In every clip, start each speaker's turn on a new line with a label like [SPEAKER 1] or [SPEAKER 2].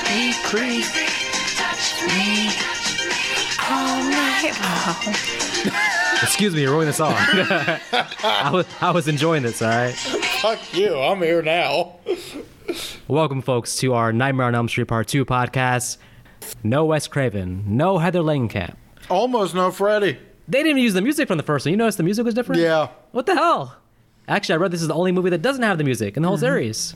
[SPEAKER 1] free. All night long.
[SPEAKER 2] Excuse me, you're ruining the song. I, was, I was enjoying this, all right?
[SPEAKER 3] Fuck you. I'm here now.
[SPEAKER 2] Welcome, folks, to our Nightmare on Elm Street Part 2 podcast. No Wes Craven, no Heather Langenkamp.
[SPEAKER 3] Almost no Freddy.
[SPEAKER 2] They didn't even use the music from the first one. You notice the music was different?
[SPEAKER 3] Yeah.
[SPEAKER 2] What the hell? Actually, I read this is the only movie that doesn't have the music in the whole series.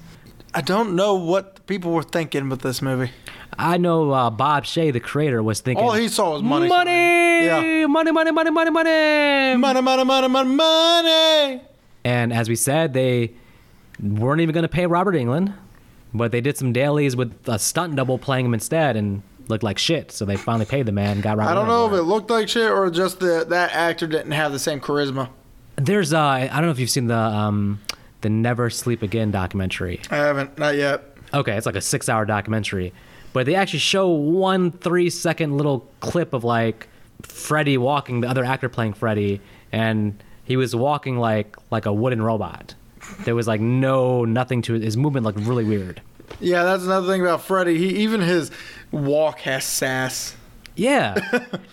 [SPEAKER 4] I don't know what people were thinking with this movie.
[SPEAKER 2] I know uh, Bob Shea, the creator, was thinking.
[SPEAKER 4] All he saw was Oh, money.
[SPEAKER 2] Money!
[SPEAKER 4] Yeah.
[SPEAKER 2] Money, money, money, money, money!
[SPEAKER 4] Money, money, money, money, money.
[SPEAKER 2] And as we said, they weren't even going to pay Robert England, but they did some dailies with a stunt double playing him instead and looked like shit. So they finally paid the man and got Robert
[SPEAKER 4] I don't know
[SPEAKER 2] Englund for
[SPEAKER 4] if it looked like shit or just that that actor didn't have the same charisma.
[SPEAKER 2] it. There's, uh, I don't know if you've seen the, um, the Never Sleep Again documentary.
[SPEAKER 4] I haven't, not yet.
[SPEAKER 2] Okay, it's like a six hour documentary. But they actually show one three second little clip of like Freddy walking, the other actor playing Freddy, and he was walking like like a wooden robot. There was like no nothing to it. His movement looked really weird.
[SPEAKER 4] Yeah, that's another thing about Freddy. He even his walk has sass.
[SPEAKER 2] Yeah,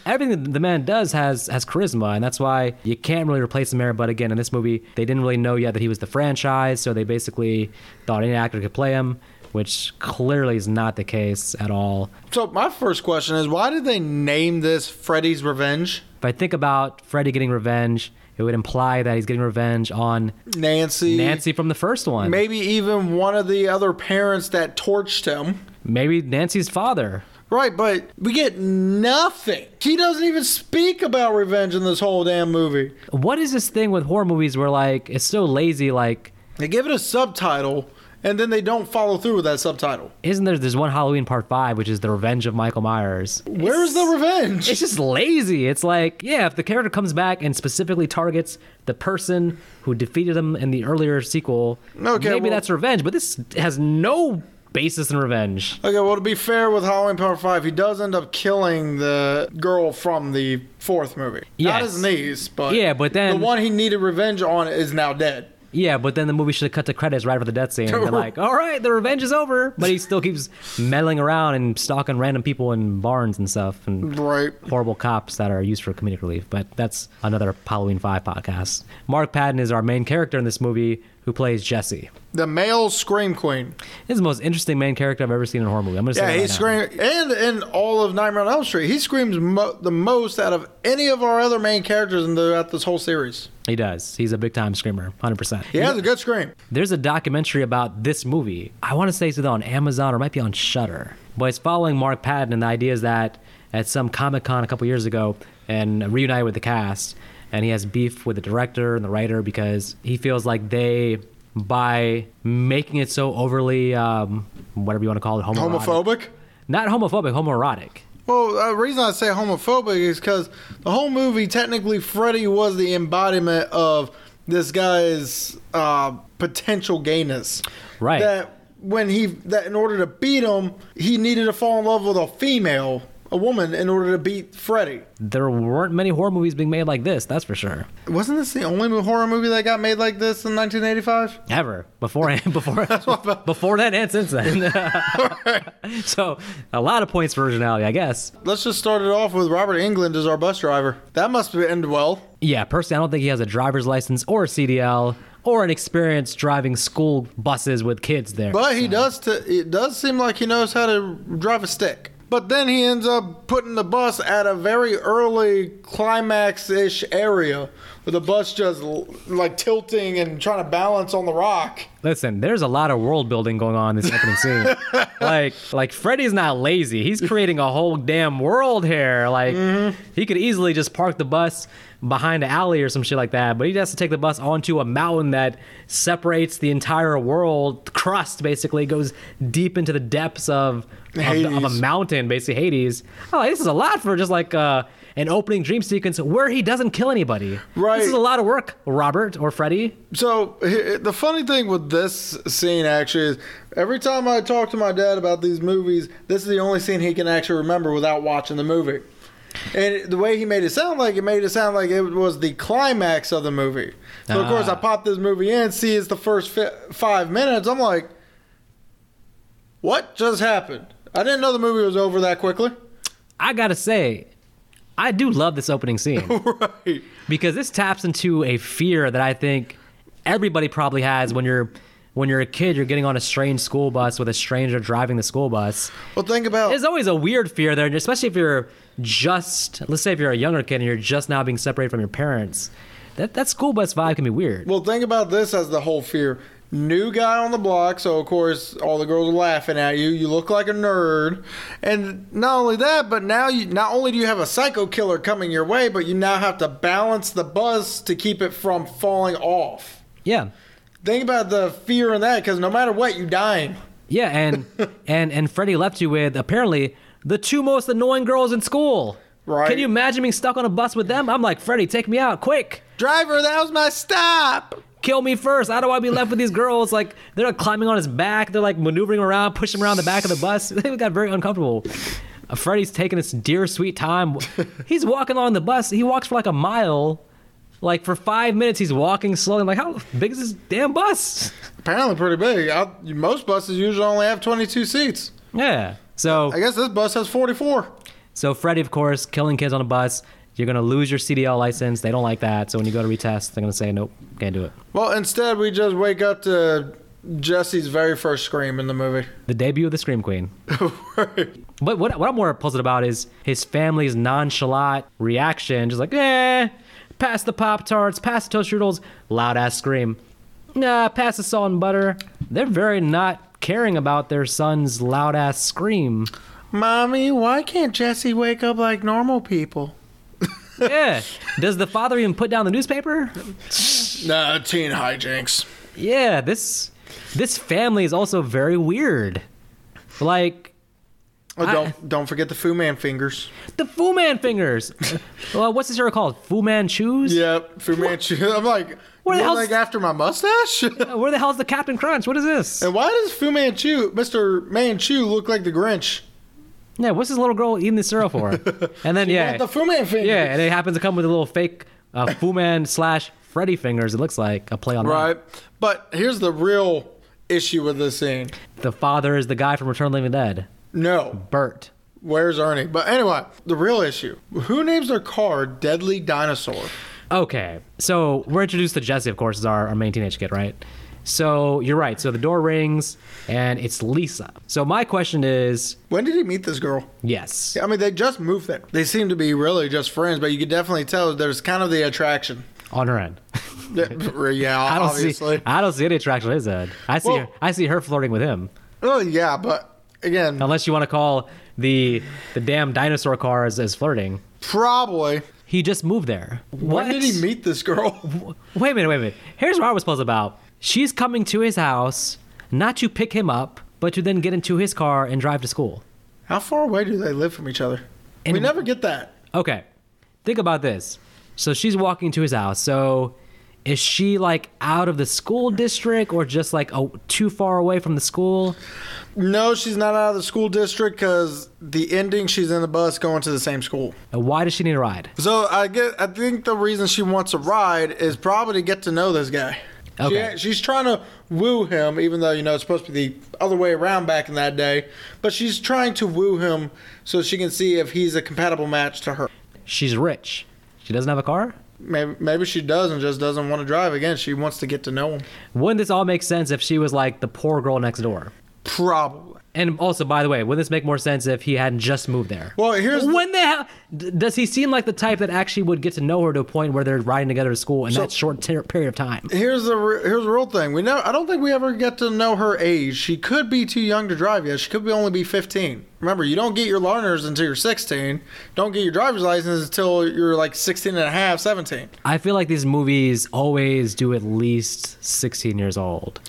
[SPEAKER 2] everything that the man does has has charisma, and that's why you can't really replace him there. But again, in this movie, they didn't really know yet that he was the franchise, so they basically thought any actor could play him, which clearly is not the case at all.
[SPEAKER 4] So my first question is, why did they name this Freddy's Revenge?
[SPEAKER 2] If I think about Freddy getting revenge, it would imply that he's getting revenge on
[SPEAKER 4] Nancy.
[SPEAKER 2] Nancy from the first one.
[SPEAKER 4] Maybe even one of the other parents that torched him.
[SPEAKER 2] Maybe Nancy's father.
[SPEAKER 4] Right, but we get nothing. He doesn't even speak about revenge in this whole damn movie.
[SPEAKER 2] What is this thing with horror movies where like it's so lazy? Like,
[SPEAKER 4] They give it a subtitle, and then they don't follow through with that subtitle.
[SPEAKER 2] isn't there? There's one Halloween Part Five, which is the revenge of Michael Myers.
[SPEAKER 4] Where's the
[SPEAKER 2] It's
[SPEAKER 4] revenge?
[SPEAKER 2] just lazy. It's like, yeah, if the character comes back and specifically targets the person who defeated him in the earlier sequel,
[SPEAKER 4] Okay,
[SPEAKER 2] maybe
[SPEAKER 4] well-
[SPEAKER 2] that's revenge. But this has no basis in revenge.
[SPEAKER 4] Okay, well, to be fair with Halloween Part 5, he does end up killing the girl from the fourth movie.
[SPEAKER 2] Yes.
[SPEAKER 4] Not his niece, but,
[SPEAKER 2] Yeah, but then-
[SPEAKER 4] the one he needed revenge on is now dead.
[SPEAKER 2] Yeah, but then the movie should have cut the credits right after the death scene. They're like, all right, the revenge is over. But he still keeps meddling around and stalking random people in barns and stuff and
[SPEAKER 4] Right.
[SPEAKER 2] horrible cops that are used for comedic relief. But that's another Halloween 5 podcast. Mark Patton is our main character in this movie who plays Jesse.
[SPEAKER 4] The male Scream Queen.
[SPEAKER 2] He's the most interesting main character I've ever seen in a horror movie. I'm going to say
[SPEAKER 4] Yeah,
[SPEAKER 2] that
[SPEAKER 4] he
[SPEAKER 2] right now.
[SPEAKER 4] screams, and in all of Nightmare on Elm Street, he screams mo- the most out of any of our other main characters in throughout this whole series.
[SPEAKER 2] He does. He's a big time screamer, 100%.
[SPEAKER 4] He has a good scream.
[SPEAKER 2] There's a documentary about this movie. I want to say it's either on Amazon or it might be on Shudder. But it's following Mark Patton, and the idea is that at some Comic Con a couple years ago, and reunited with the cast, and he has beef with the director and the writer because he feels like they, by making it so overly, um, whatever you want to call it, homoerotic,
[SPEAKER 4] Homophobic?
[SPEAKER 2] not homophobic, homoerotic.
[SPEAKER 4] Well, the reason I say homophobic is because the whole movie, technically, Freddy was the embodiment of this guy's uh, potential gayness.
[SPEAKER 2] Right.
[SPEAKER 4] That when he that in order to beat him, he needed to fall in love with a female, a woman, in order to beat Freddy.
[SPEAKER 2] There weren't many horror movies being made like this, that's for sure.
[SPEAKER 4] Wasn't this the only horror movie that got made like this in 1985?
[SPEAKER 2] ever before before before then and since then. so a lot of points for originality, I guess.
[SPEAKER 4] Let's just start it off with Robert England as our bus driver. That must have ended well.
[SPEAKER 2] Yeah, personally, I don't think he has a driver's license or a CDL or an experience driving school buses with kids there.
[SPEAKER 4] But he does. T- it does seem like he knows how to drive a stick. But then he ends up putting the bus at a very early climax-ish area, with the bus just l- like tilting and trying to balance on the rock.
[SPEAKER 2] Listen, there's a lot of world building going on in this opening scene. like, like Freddy's not lazy. He's creating a whole damn world here. Like,
[SPEAKER 4] Mm-hmm.
[SPEAKER 2] he could easily just park the bus behind an alley or some shit like that. But he has to take the bus onto a mountain that separates the entire world the crust. Basically, goes deep into the depths of of, the- of a
[SPEAKER 4] Hades.
[SPEAKER 2] mountain, basically Hades. Oh, like, this is a lot for just like uh, an opening dream sequence where he doesn't kill anybody.
[SPEAKER 4] Right.
[SPEAKER 2] This is a lot of work, Robert or Freddy.
[SPEAKER 4] So h- the funny thing with this scene actually is, every time I talk to my dad about these movies, this is the only scene he can actually remember without watching the movie. And it- the way he made it sound like it made it sound like it was the climax of the movie. So of course I pop this movie in, see it's the first fi- five minutes. I'm like, what just happened? I didn't know the movie was over that quickly.
[SPEAKER 2] I gotta say, I do love this opening scene.
[SPEAKER 4] right.
[SPEAKER 2] because this taps into a fear that I think everybody probably has when you're when you're a kid, you're getting on a strange school bus with a stranger driving the school bus.
[SPEAKER 4] Well, think about
[SPEAKER 2] There's always a weird fear there, and especially if you're just let's say if you're a younger kid and you're just now being separated from your parents. That that school bus vibe can be weird.
[SPEAKER 4] Well, think about this as the whole fear. New guy on the block, so of course all the girls are laughing at you. You look like a nerd, and not only that, but now you not only do you have a psycho killer coming your way, but you now have to balance the bus to keep it from falling off.
[SPEAKER 2] yeah.
[SPEAKER 4] Think about the fear in that, because no matter what, you dying.
[SPEAKER 2] Yeah, and and and Freddie left you with apparently the two most annoying girls in school.
[SPEAKER 4] Right.
[SPEAKER 2] Can you imagine being stuck on a bus with them? I'm like, Freddie, take me out, quick.
[SPEAKER 4] Driver, that was my stop.
[SPEAKER 2] kill me first. How do I be left with these girls? Like they're like climbing on his back. They're like maneuvering around, pushing him around the back of the bus. They got very uncomfortable. Uh, Freddy's taking his dear sweet time. He's walking along the bus. He walks for like a mile. Like for five minutes, he's walking slowly. I'm like, how big is this damn bus?
[SPEAKER 4] Apparently, pretty big. I, most buses usually only have 22 seats.
[SPEAKER 2] Yeah. So
[SPEAKER 4] I guess this bus has 44.
[SPEAKER 2] so Freddy, of course, killing kids on a bus. You're gonna lose your CDL license. They don't like that. So when you go to retest, they're gonna say, nope, can't do it.
[SPEAKER 4] Well, instead, we just wake up to Jesse's very first scream in the movie.
[SPEAKER 2] The debut of the Scream Queen. But what, what I'm more puzzled about is his family's nonchalant reaction, just like, eh, pass the Pop Tarts, pass the Toast Noodles, loud ass scream. Nah, pass the salt and butter. They're very not caring about their son's loud ass scream.
[SPEAKER 4] Mommy, why can't Jesse wake up like normal people?
[SPEAKER 2] Yeah. Does the father even put down the newspaper?
[SPEAKER 4] Nah, teen hijinks.
[SPEAKER 2] Yeah, this this family is also very weird. Like
[SPEAKER 4] Oh, don't don't forget the Fu Man fingers.
[SPEAKER 2] the Fu Man fingers. well, what's this era called? Fu Man shoes?
[SPEAKER 4] Yep, Fu Manchu. I'm like,
[SPEAKER 2] Where the
[SPEAKER 4] you're,
[SPEAKER 2] hell's-
[SPEAKER 4] like after my mustache?
[SPEAKER 2] Where the hell's the Captain Crunch? What is this?
[SPEAKER 4] and why does Fu Manchu, Mr. Manchu, look like the Grinch?
[SPEAKER 2] Yeah, what's this little girl eating the syrup for? And then yeah,
[SPEAKER 4] Got the Fu Man fingers.
[SPEAKER 2] yeah, and it happens to come with a little fake uh, Fu Man slash Freddy fingers. It looks like a play on that.
[SPEAKER 4] Right. But here's the real issue with this scene.
[SPEAKER 2] The father is the guy from Return of the Living Dead,
[SPEAKER 4] No,
[SPEAKER 2] Bert.
[SPEAKER 4] where's Ernie? But anyway, the real issue. Who names their car Deadly Dinosaur?
[SPEAKER 2] Okay, so we're introduced to Jesse, of course, is our, our main teenage kid, right? So you're right. So the door rings, and it's Lisa. So my question is,
[SPEAKER 4] When did he meet this girl?
[SPEAKER 2] yes,
[SPEAKER 4] I mean, they just moved there. They seem to be really just friends, but you could definitely tell there's kind of the attraction.
[SPEAKER 2] on her end.
[SPEAKER 4] Yeah, yeah,
[SPEAKER 2] I don't
[SPEAKER 4] obviously.
[SPEAKER 2] see. I don't see any attraction on his end. I see.
[SPEAKER 4] Well-
[SPEAKER 2] her, I see her flirting with him.
[SPEAKER 4] Oh, yeah, but again,
[SPEAKER 2] Unless you want to call the the damn dinosaur car as, as flirting.
[SPEAKER 4] probably.
[SPEAKER 2] He just moved there. What?
[SPEAKER 4] When did he meet this girl?
[SPEAKER 2] Wait a minute, wait a minute. Here's what I was puzzled about. She's coming to his house, not to pick him up, but to then get into his car and drive to school.
[SPEAKER 4] How far away do they live from each other?
[SPEAKER 2] And-
[SPEAKER 4] we never get that.
[SPEAKER 2] Okay, think about this. So she's walking to his house. So is she like out of the school district or just like a, too far away from the school?
[SPEAKER 4] No, she's not out of the school district because the ending, she's in the bus going to the same school.
[SPEAKER 2] And why does she need a ride?
[SPEAKER 4] So I get. I think the reason she wants a ride is probably to get to know this guy. She-
[SPEAKER 2] Okay.
[SPEAKER 4] she's trying to woo him, even though you know it's supposed to be the other way around back in that day. But she's trying to woo him so she can see if he's a compatible match to her.
[SPEAKER 2] She's rich. She doesn't have a car?
[SPEAKER 4] Maybe maybe she does and just doesn't want to drive again. She wants to get to know him.
[SPEAKER 2] Wouldn't this all make sense if she was like the poor girl next door?
[SPEAKER 4] Probably.
[SPEAKER 2] And also, by the way, would this make more sense if he hadn't just moved there?
[SPEAKER 4] Well, here's the-
[SPEAKER 2] when the hell d- does he seem like the type that actually would get to know her to a point where they're riding together to school in that short ter- period of time?
[SPEAKER 4] Here's the re- here's the real thing. We know I don't think we ever get to know her age. She could be too young to drive yet. She could be only be 15. Remember, you don't get your learners until you're 16. Don't get your driver's license until you're like 16 and a half, 17.
[SPEAKER 2] I feel like these movies always do at least 16 years old.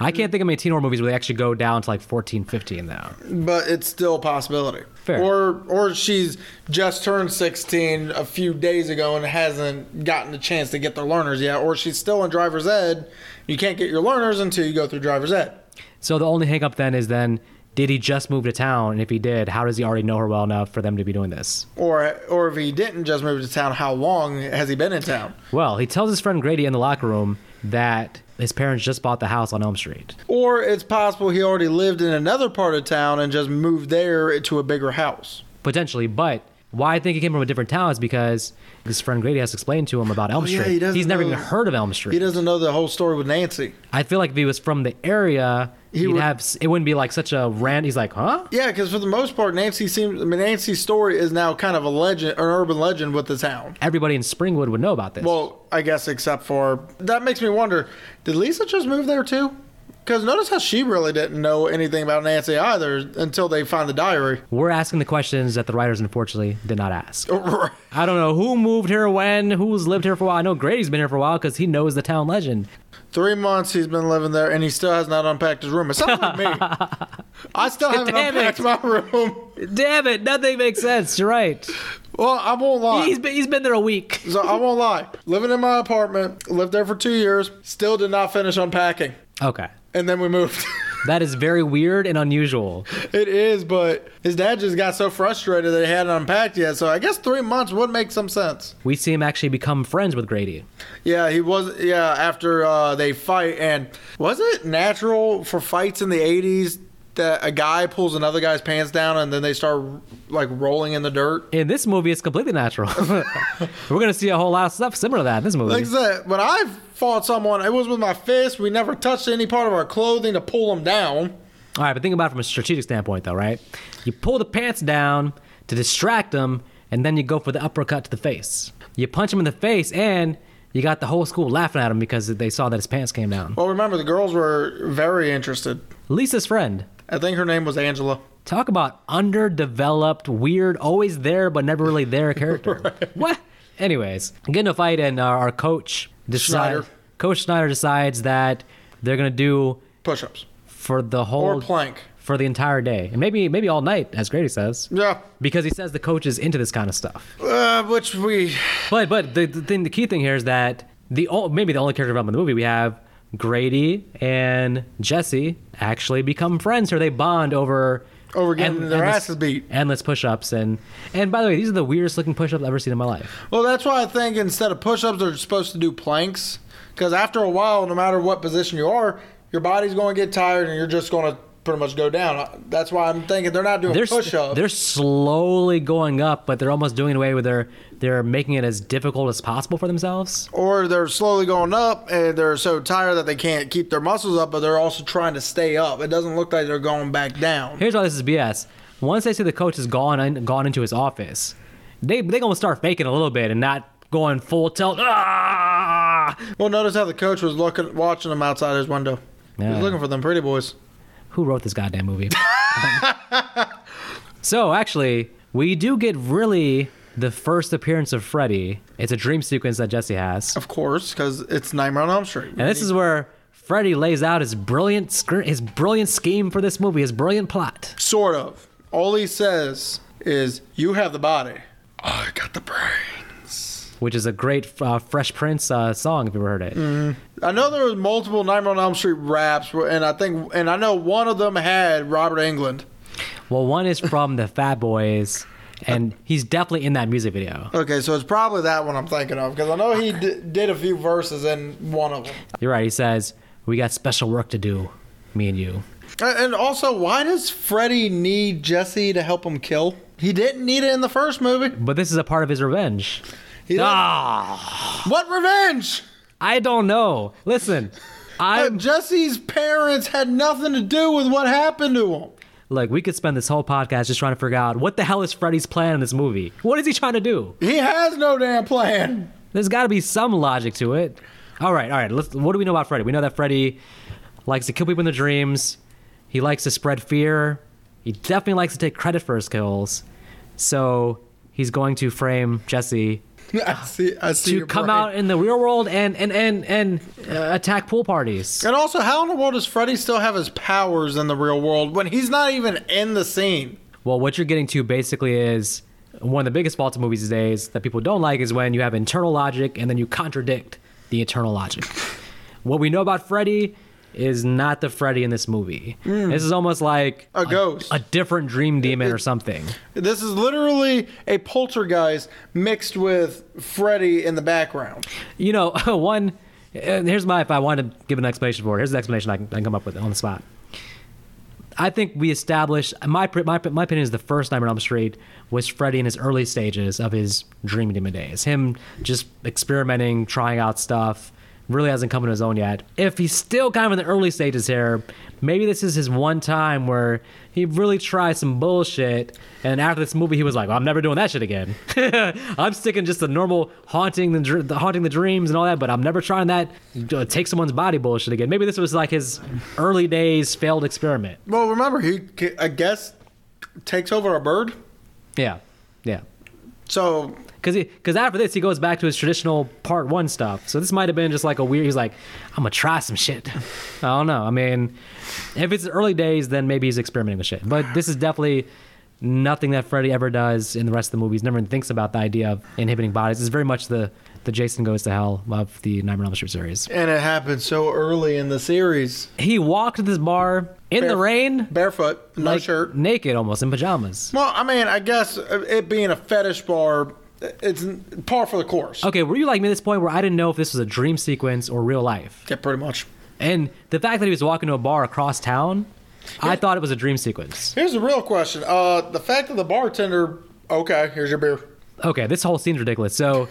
[SPEAKER 2] I can't think of many teen horror movies where they actually go down to like 14, 15 now.
[SPEAKER 4] But it's still a possibility.
[SPEAKER 2] Fair.
[SPEAKER 4] Or or she's just turned 16 a few days ago and hasn't gotten a chance to get their learners yet or she's still in driver's ed. You can't get your learners until you go through driver's ed.
[SPEAKER 2] So the only hiccup then is then did he just move to town? And if he did, how does he already know her well enough for them to be doing this?
[SPEAKER 4] Or or if he didn't just move to town, how long has he been in town?
[SPEAKER 2] Well, he tells his friend Grady in the locker room, that his parents just bought the house on Elm Street.
[SPEAKER 4] Or it's possible he already lived in another part of town and just moved there to a bigger house.
[SPEAKER 2] potentially. But why I think he came from a different town is because his friend Grady has to explain to him about Elm
[SPEAKER 4] Oh, yeah,
[SPEAKER 2] Street.
[SPEAKER 4] he doesn't
[SPEAKER 2] He's never
[SPEAKER 4] know-
[SPEAKER 2] even heard of Elm Street.
[SPEAKER 4] He doesn't know the whole story with Nancy.
[SPEAKER 2] I feel like if he was from the area,
[SPEAKER 4] He
[SPEAKER 2] he would
[SPEAKER 4] would-
[SPEAKER 2] have. s- It wouldn't be like such a rant. He's like, huh?
[SPEAKER 4] Yeah, because for the most part, Nancy seems. I mean, Nancy's story is now kind of a legend, an urban legend with the town.
[SPEAKER 2] Everybody in Springwood would know about this.
[SPEAKER 4] Well, I guess except for that makes me wonder: Did Lisa just move there too? Because notice how she really didn't know anything about Nancy either until they find the diary.
[SPEAKER 2] We're asking the questions that the writers unfortunately did not ask.
[SPEAKER 4] Right.
[SPEAKER 2] I don't know who moved here when, who's lived here for a while. I know Grady's been here for a while because he knows the town legend.
[SPEAKER 4] Three months he's been living there, and he still has not unpacked his room. It's not like me. I still haven't
[SPEAKER 2] Damn
[SPEAKER 4] unpacked
[SPEAKER 2] it.
[SPEAKER 4] my room.
[SPEAKER 2] Damn it, nothing makes sense. You're right.
[SPEAKER 4] Well, I won't lie.
[SPEAKER 2] He's been, he's been there a week.
[SPEAKER 4] so I won't lie. Living in my apartment, lived there for two years, still did not finish unpacking,
[SPEAKER 2] Okay.
[SPEAKER 4] and then we moved.
[SPEAKER 2] That is very weird and unusual.
[SPEAKER 4] it is, but his dad just got so frustrated that he hadn't unpacked yet. So I guess three months would make some sense.
[SPEAKER 2] We see him actually become friends with Grady.
[SPEAKER 4] Yeah, he was. Yeah, after uh, they fight, and was it natural for fights in the '80s that a guy pulls another guy's pants down and then they start like rolling in the dirt?
[SPEAKER 2] In this movie, it's completely natural. We're gonna see a whole lot of stuff similar to that in this movie.
[SPEAKER 4] Like I said, when I fought someone, it was with my fist. We never touched any part of our clothing to pull them down.
[SPEAKER 2] All right, but think about it from a strategic standpoint, though, right? You pull the pants down to distract them, and then you go for the uppercut to the face. You punch him in the face, and you got the whole school laughing at him because they saw that his pants came down.
[SPEAKER 4] Well, remember the girls were very interested.
[SPEAKER 2] Lisa's friend.
[SPEAKER 4] I think her name was Angela.
[SPEAKER 2] Talk about underdeveloped, weird, always there but never really there character. What? Anyways, get in a fight, and our, our coach decides.
[SPEAKER 4] Schneider.
[SPEAKER 2] Coach Schneider decides that they're gonna do
[SPEAKER 4] Push-ups
[SPEAKER 2] for the whole
[SPEAKER 4] or plank.
[SPEAKER 2] for the entire day, and maybe maybe all night, as Grady says,
[SPEAKER 4] Yeah,
[SPEAKER 2] because he says the coach is into this kind of stuff.
[SPEAKER 4] uh, which we
[SPEAKER 2] But but the, the thing, the key thing here is that the o- maybe the only character development in the movie we have Grady and Jesse actually become friends, or they bond over
[SPEAKER 4] Over getting
[SPEAKER 2] end-
[SPEAKER 4] their
[SPEAKER 2] endless-
[SPEAKER 4] asses beat.
[SPEAKER 2] endless push-ups, and and by the way, these are the weirdest looking push-ups I've ever seen in my life.
[SPEAKER 4] well, that's why I think instead of push-ups, they're supposed to do planks. Because after a while, no matter what position you are, your body's going to get tired, and you're just going to pretty much go down. That's why I'm thinking they're not doing
[SPEAKER 2] They're s-
[SPEAKER 4] push-ups.
[SPEAKER 2] they're slowly going up, but they're almost doing it away where they're they're making it as difficult as possible for themselves.
[SPEAKER 4] or they're slowly going up and they're so tired that they can't keep their muscles up, but they're also trying to stay up. It doesn't look like they're going back down.
[SPEAKER 2] Here's why this is BS. Once they see the coach has gone in, gone into his office, they they gonna start faking a little bit and not going full tilt. Ah!
[SPEAKER 4] Well, notice how the coach was looking, watching them outside his window. He
[SPEAKER 2] Yeah.
[SPEAKER 4] was looking for them pretty boys.
[SPEAKER 2] Who wrote this goddamn movie? so actually, we do get really the first appearance of Freddy. It's a dream sequence that Jesse has,
[SPEAKER 4] Of course, because it's Nightmare on Elm Street.
[SPEAKER 2] and this is where Freddy lays out his brilliant scr- his brilliant scheme for this movie, his brilliant plot.
[SPEAKER 4] sort of. All he says is, "You have the body. I got the brain."
[SPEAKER 2] which is a great uh, Fresh Prince uh, song if you ever heard it.
[SPEAKER 4] I know there was multiple Nightmare on Elm Street raps, where- and I think, and I know one of them had Robert England.
[SPEAKER 2] Well, one is from the Fat Boys, and he's definitely in that music video.
[SPEAKER 4] Okay, so it's probably that one I'm thinking of because I know he d- did a few verses in one of them.
[SPEAKER 2] You're right. He says, "We got special work to do, me and you."
[SPEAKER 4] Uh, And also, why does Freddy need Jesse to help him kill? He didn't need it in the first movie.
[SPEAKER 2] But this is a part of his revenge.
[SPEAKER 4] He didn't-
[SPEAKER 2] Ah,
[SPEAKER 4] What revenge?
[SPEAKER 2] I don't know. Listen,
[SPEAKER 4] Uh,
[SPEAKER 2] I'm
[SPEAKER 4] Jesse's parents had nothing to do with what happened to him.
[SPEAKER 2] like we could spend this whole podcast just trying to figure out what the hell is Freddy's plan in this movie. What is he trying to do?
[SPEAKER 4] He has no damn plan.
[SPEAKER 2] There's got to be some logic to it. All right, all right. Let's, what do we know about Freddy? We know that Freddy likes to kill people in their dreams. He likes to spread fear. He definitely likes to take credit for his kills. So he's going to frame Jesse
[SPEAKER 4] I see. I see.
[SPEAKER 2] to
[SPEAKER 4] your
[SPEAKER 2] come
[SPEAKER 4] brain.
[SPEAKER 2] out in the real world and and and and uh, attack pool parties.
[SPEAKER 4] And also, how in the world does Freddy still have his powers in the real world when he's not even in the scene?
[SPEAKER 2] Well, what you're getting to basically is one of the biggest faults of movies these days that people don't like is when you have internal logic and then you contradict the internal logic. what we know about Freddy is not the Freddy in this movie. This is almost like
[SPEAKER 4] Hmm. A ghost.
[SPEAKER 2] a different dream demon or something.
[SPEAKER 4] This is literally a poltergeist mixed with Freddy in the background.
[SPEAKER 2] You know, one and here's my if I wanted to give an explanation for it. Here's the explanation I can, I can come up with on the spot. I think we established my pr- my my opinion is the first Nightmare on Elm Street was Freddy in his early stages of his dream demon days. Him just experimenting, trying out stuff. Really hasn't come to his own yet. If he's still kind of in the early stages here, maybe this is his one time where he really tries some bullshit. And after this movie, he was like, "I'm never doing that shit again. I'm sticking just the normal haunting the, dr- the haunting the dreams and all that, but I'm never trying that uh, take someone's body bullshit again." Maybe this was like his early days failed experiment.
[SPEAKER 4] Well, remember he, ca- I guess, takes over a bird.
[SPEAKER 2] Yeah, yeah.
[SPEAKER 4] So
[SPEAKER 2] Because because after this, he goes back to his traditional part one stuff. So this might have been just like a weird. He's like, I'm gonna try some shit. I don't know. I mean, if it's early days, then maybe he's experimenting with shit. But this is definitely nothing that Freddy ever does in the rest of the movies. Never even thinks about the idea of inhibiting bodies. It's very much the the Jason goes to hell of the Nightmare on Elm Street series.
[SPEAKER 4] and it happened so early in the series.
[SPEAKER 2] He walked to this bar in the
[SPEAKER 4] Bare-
[SPEAKER 2] rain,
[SPEAKER 4] barefoot, no
[SPEAKER 2] like,
[SPEAKER 4] shirt.
[SPEAKER 2] naked almost in pajamas.
[SPEAKER 4] Well, I mean, I guess uh, it being a fetish bar, it's n- par for the course.
[SPEAKER 2] Okay, were you like me at this point where I didn't know if this was a dream sequence or real life?
[SPEAKER 4] Yeah, pretty much.
[SPEAKER 2] And the fact that he was walking to a bar across town, I thought it was a dream sequence.
[SPEAKER 4] Here's the real question: uh, the fact that the bartender, okay, here's your beer.
[SPEAKER 2] Okay, this whole scene's ridiculous. So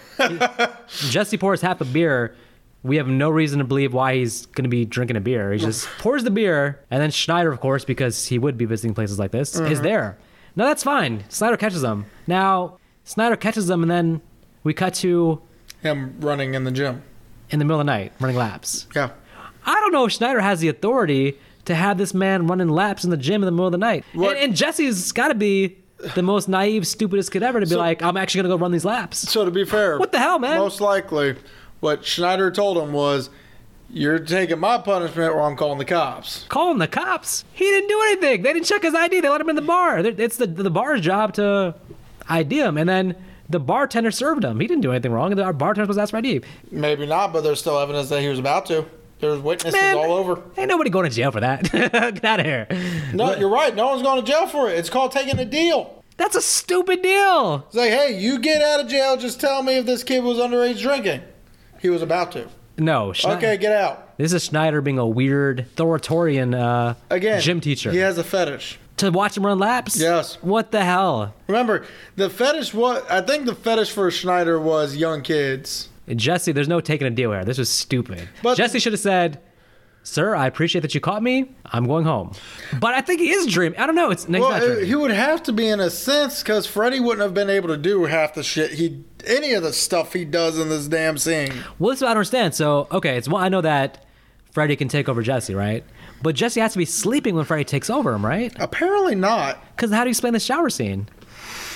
[SPEAKER 2] Jesse pours half a beer. We have no reason to believe why he's going to be drinking a beer. He just pours the beer, and then Schneider, of course, because he would be visiting places like this, is there. No, that's fine. Snyder catches him. Now Snyder catches him, and then we cut to
[SPEAKER 4] Him running in the gym.
[SPEAKER 2] in the middle of the night running laps.
[SPEAKER 4] Yeah.
[SPEAKER 2] I don't know if Schneider has the authority to have this man running laps in the gym in the middle of the night.
[SPEAKER 4] What-
[SPEAKER 2] And, and Jesse's got to be the most naive, stupidest kid ever to be like, I'm actually going to go run these laps.
[SPEAKER 4] So to be fair,
[SPEAKER 2] What the hell, man?
[SPEAKER 4] Most likely, what Schneider told him was, "You're taking my punishment, or I'm calling the cops."
[SPEAKER 2] Calling the cops. He didn't do anything. They didn't check his ID. They let him in the bar. They're- It's the, the bar's job to ID him. And then the bartender served him. He didn't do anything wrong. The bartender was asked for ID.
[SPEAKER 4] Maybe not, but there's still evidence that he was about to. There's witnesses
[SPEAKER 2] Man,
[SPEAKER 4] all over.
[SPEAKER 2] Ain't nobody going to jail for that. Get out of here.
[SPEAKER 4] No, you're right. No one's going to jail for it. It's called taking a deal.
[SPEAKER 2] That's a stupid deal.
[SPEAKER 4] It's like, hey, you get out of jail. Just tell me if this kid was underage drinking. He was about to.
[SPEAKER 2] No. Schne-
[SPEAKER 4] Okay, get out.
[SPEAKER 2] This is Schneider being a weird authoritarian uh,
[SPEAKER 4] Again,
[SPEAKER 2] gym teacher.
[SPEAKER 4] He has a fetish.
[SPEAKER 2] to watch him run laps?
[SPEAKER 4] Yes.
[SPEAKER 2] What the hell?
[SPEAKER 4] Remember, the fetish was, I think the fetish for Schneider was young kids.
[SPEAKER 2] Jesse, there's no taking a deal here. This was stupid.
[SPEAKER 4] But-
[SPEAKER 2] Jesse should have said, Sir, I appreciate that you caught me. I'm going home. But I think he is dreaming. I don't know. It's no, he's not
[SPEAKER 4] Well, uh,
[SPEAKER 2] dreaming.
[SPEAKER 4] he would have to be in a sense because Freddy wouldn't have been able to do half the shit he, any of the stuff he does in this damn scene.
[SPEAKER 2] Well, this is what I don't understand. So, okay, it's one I know that Freddy can take over Jesse, right? But Jesse has to be sleeping when Freddy takes over him, right?
[SPEAKER 4] Apparently not.
[SPEAKER 2] Because how do you explain the shower scene?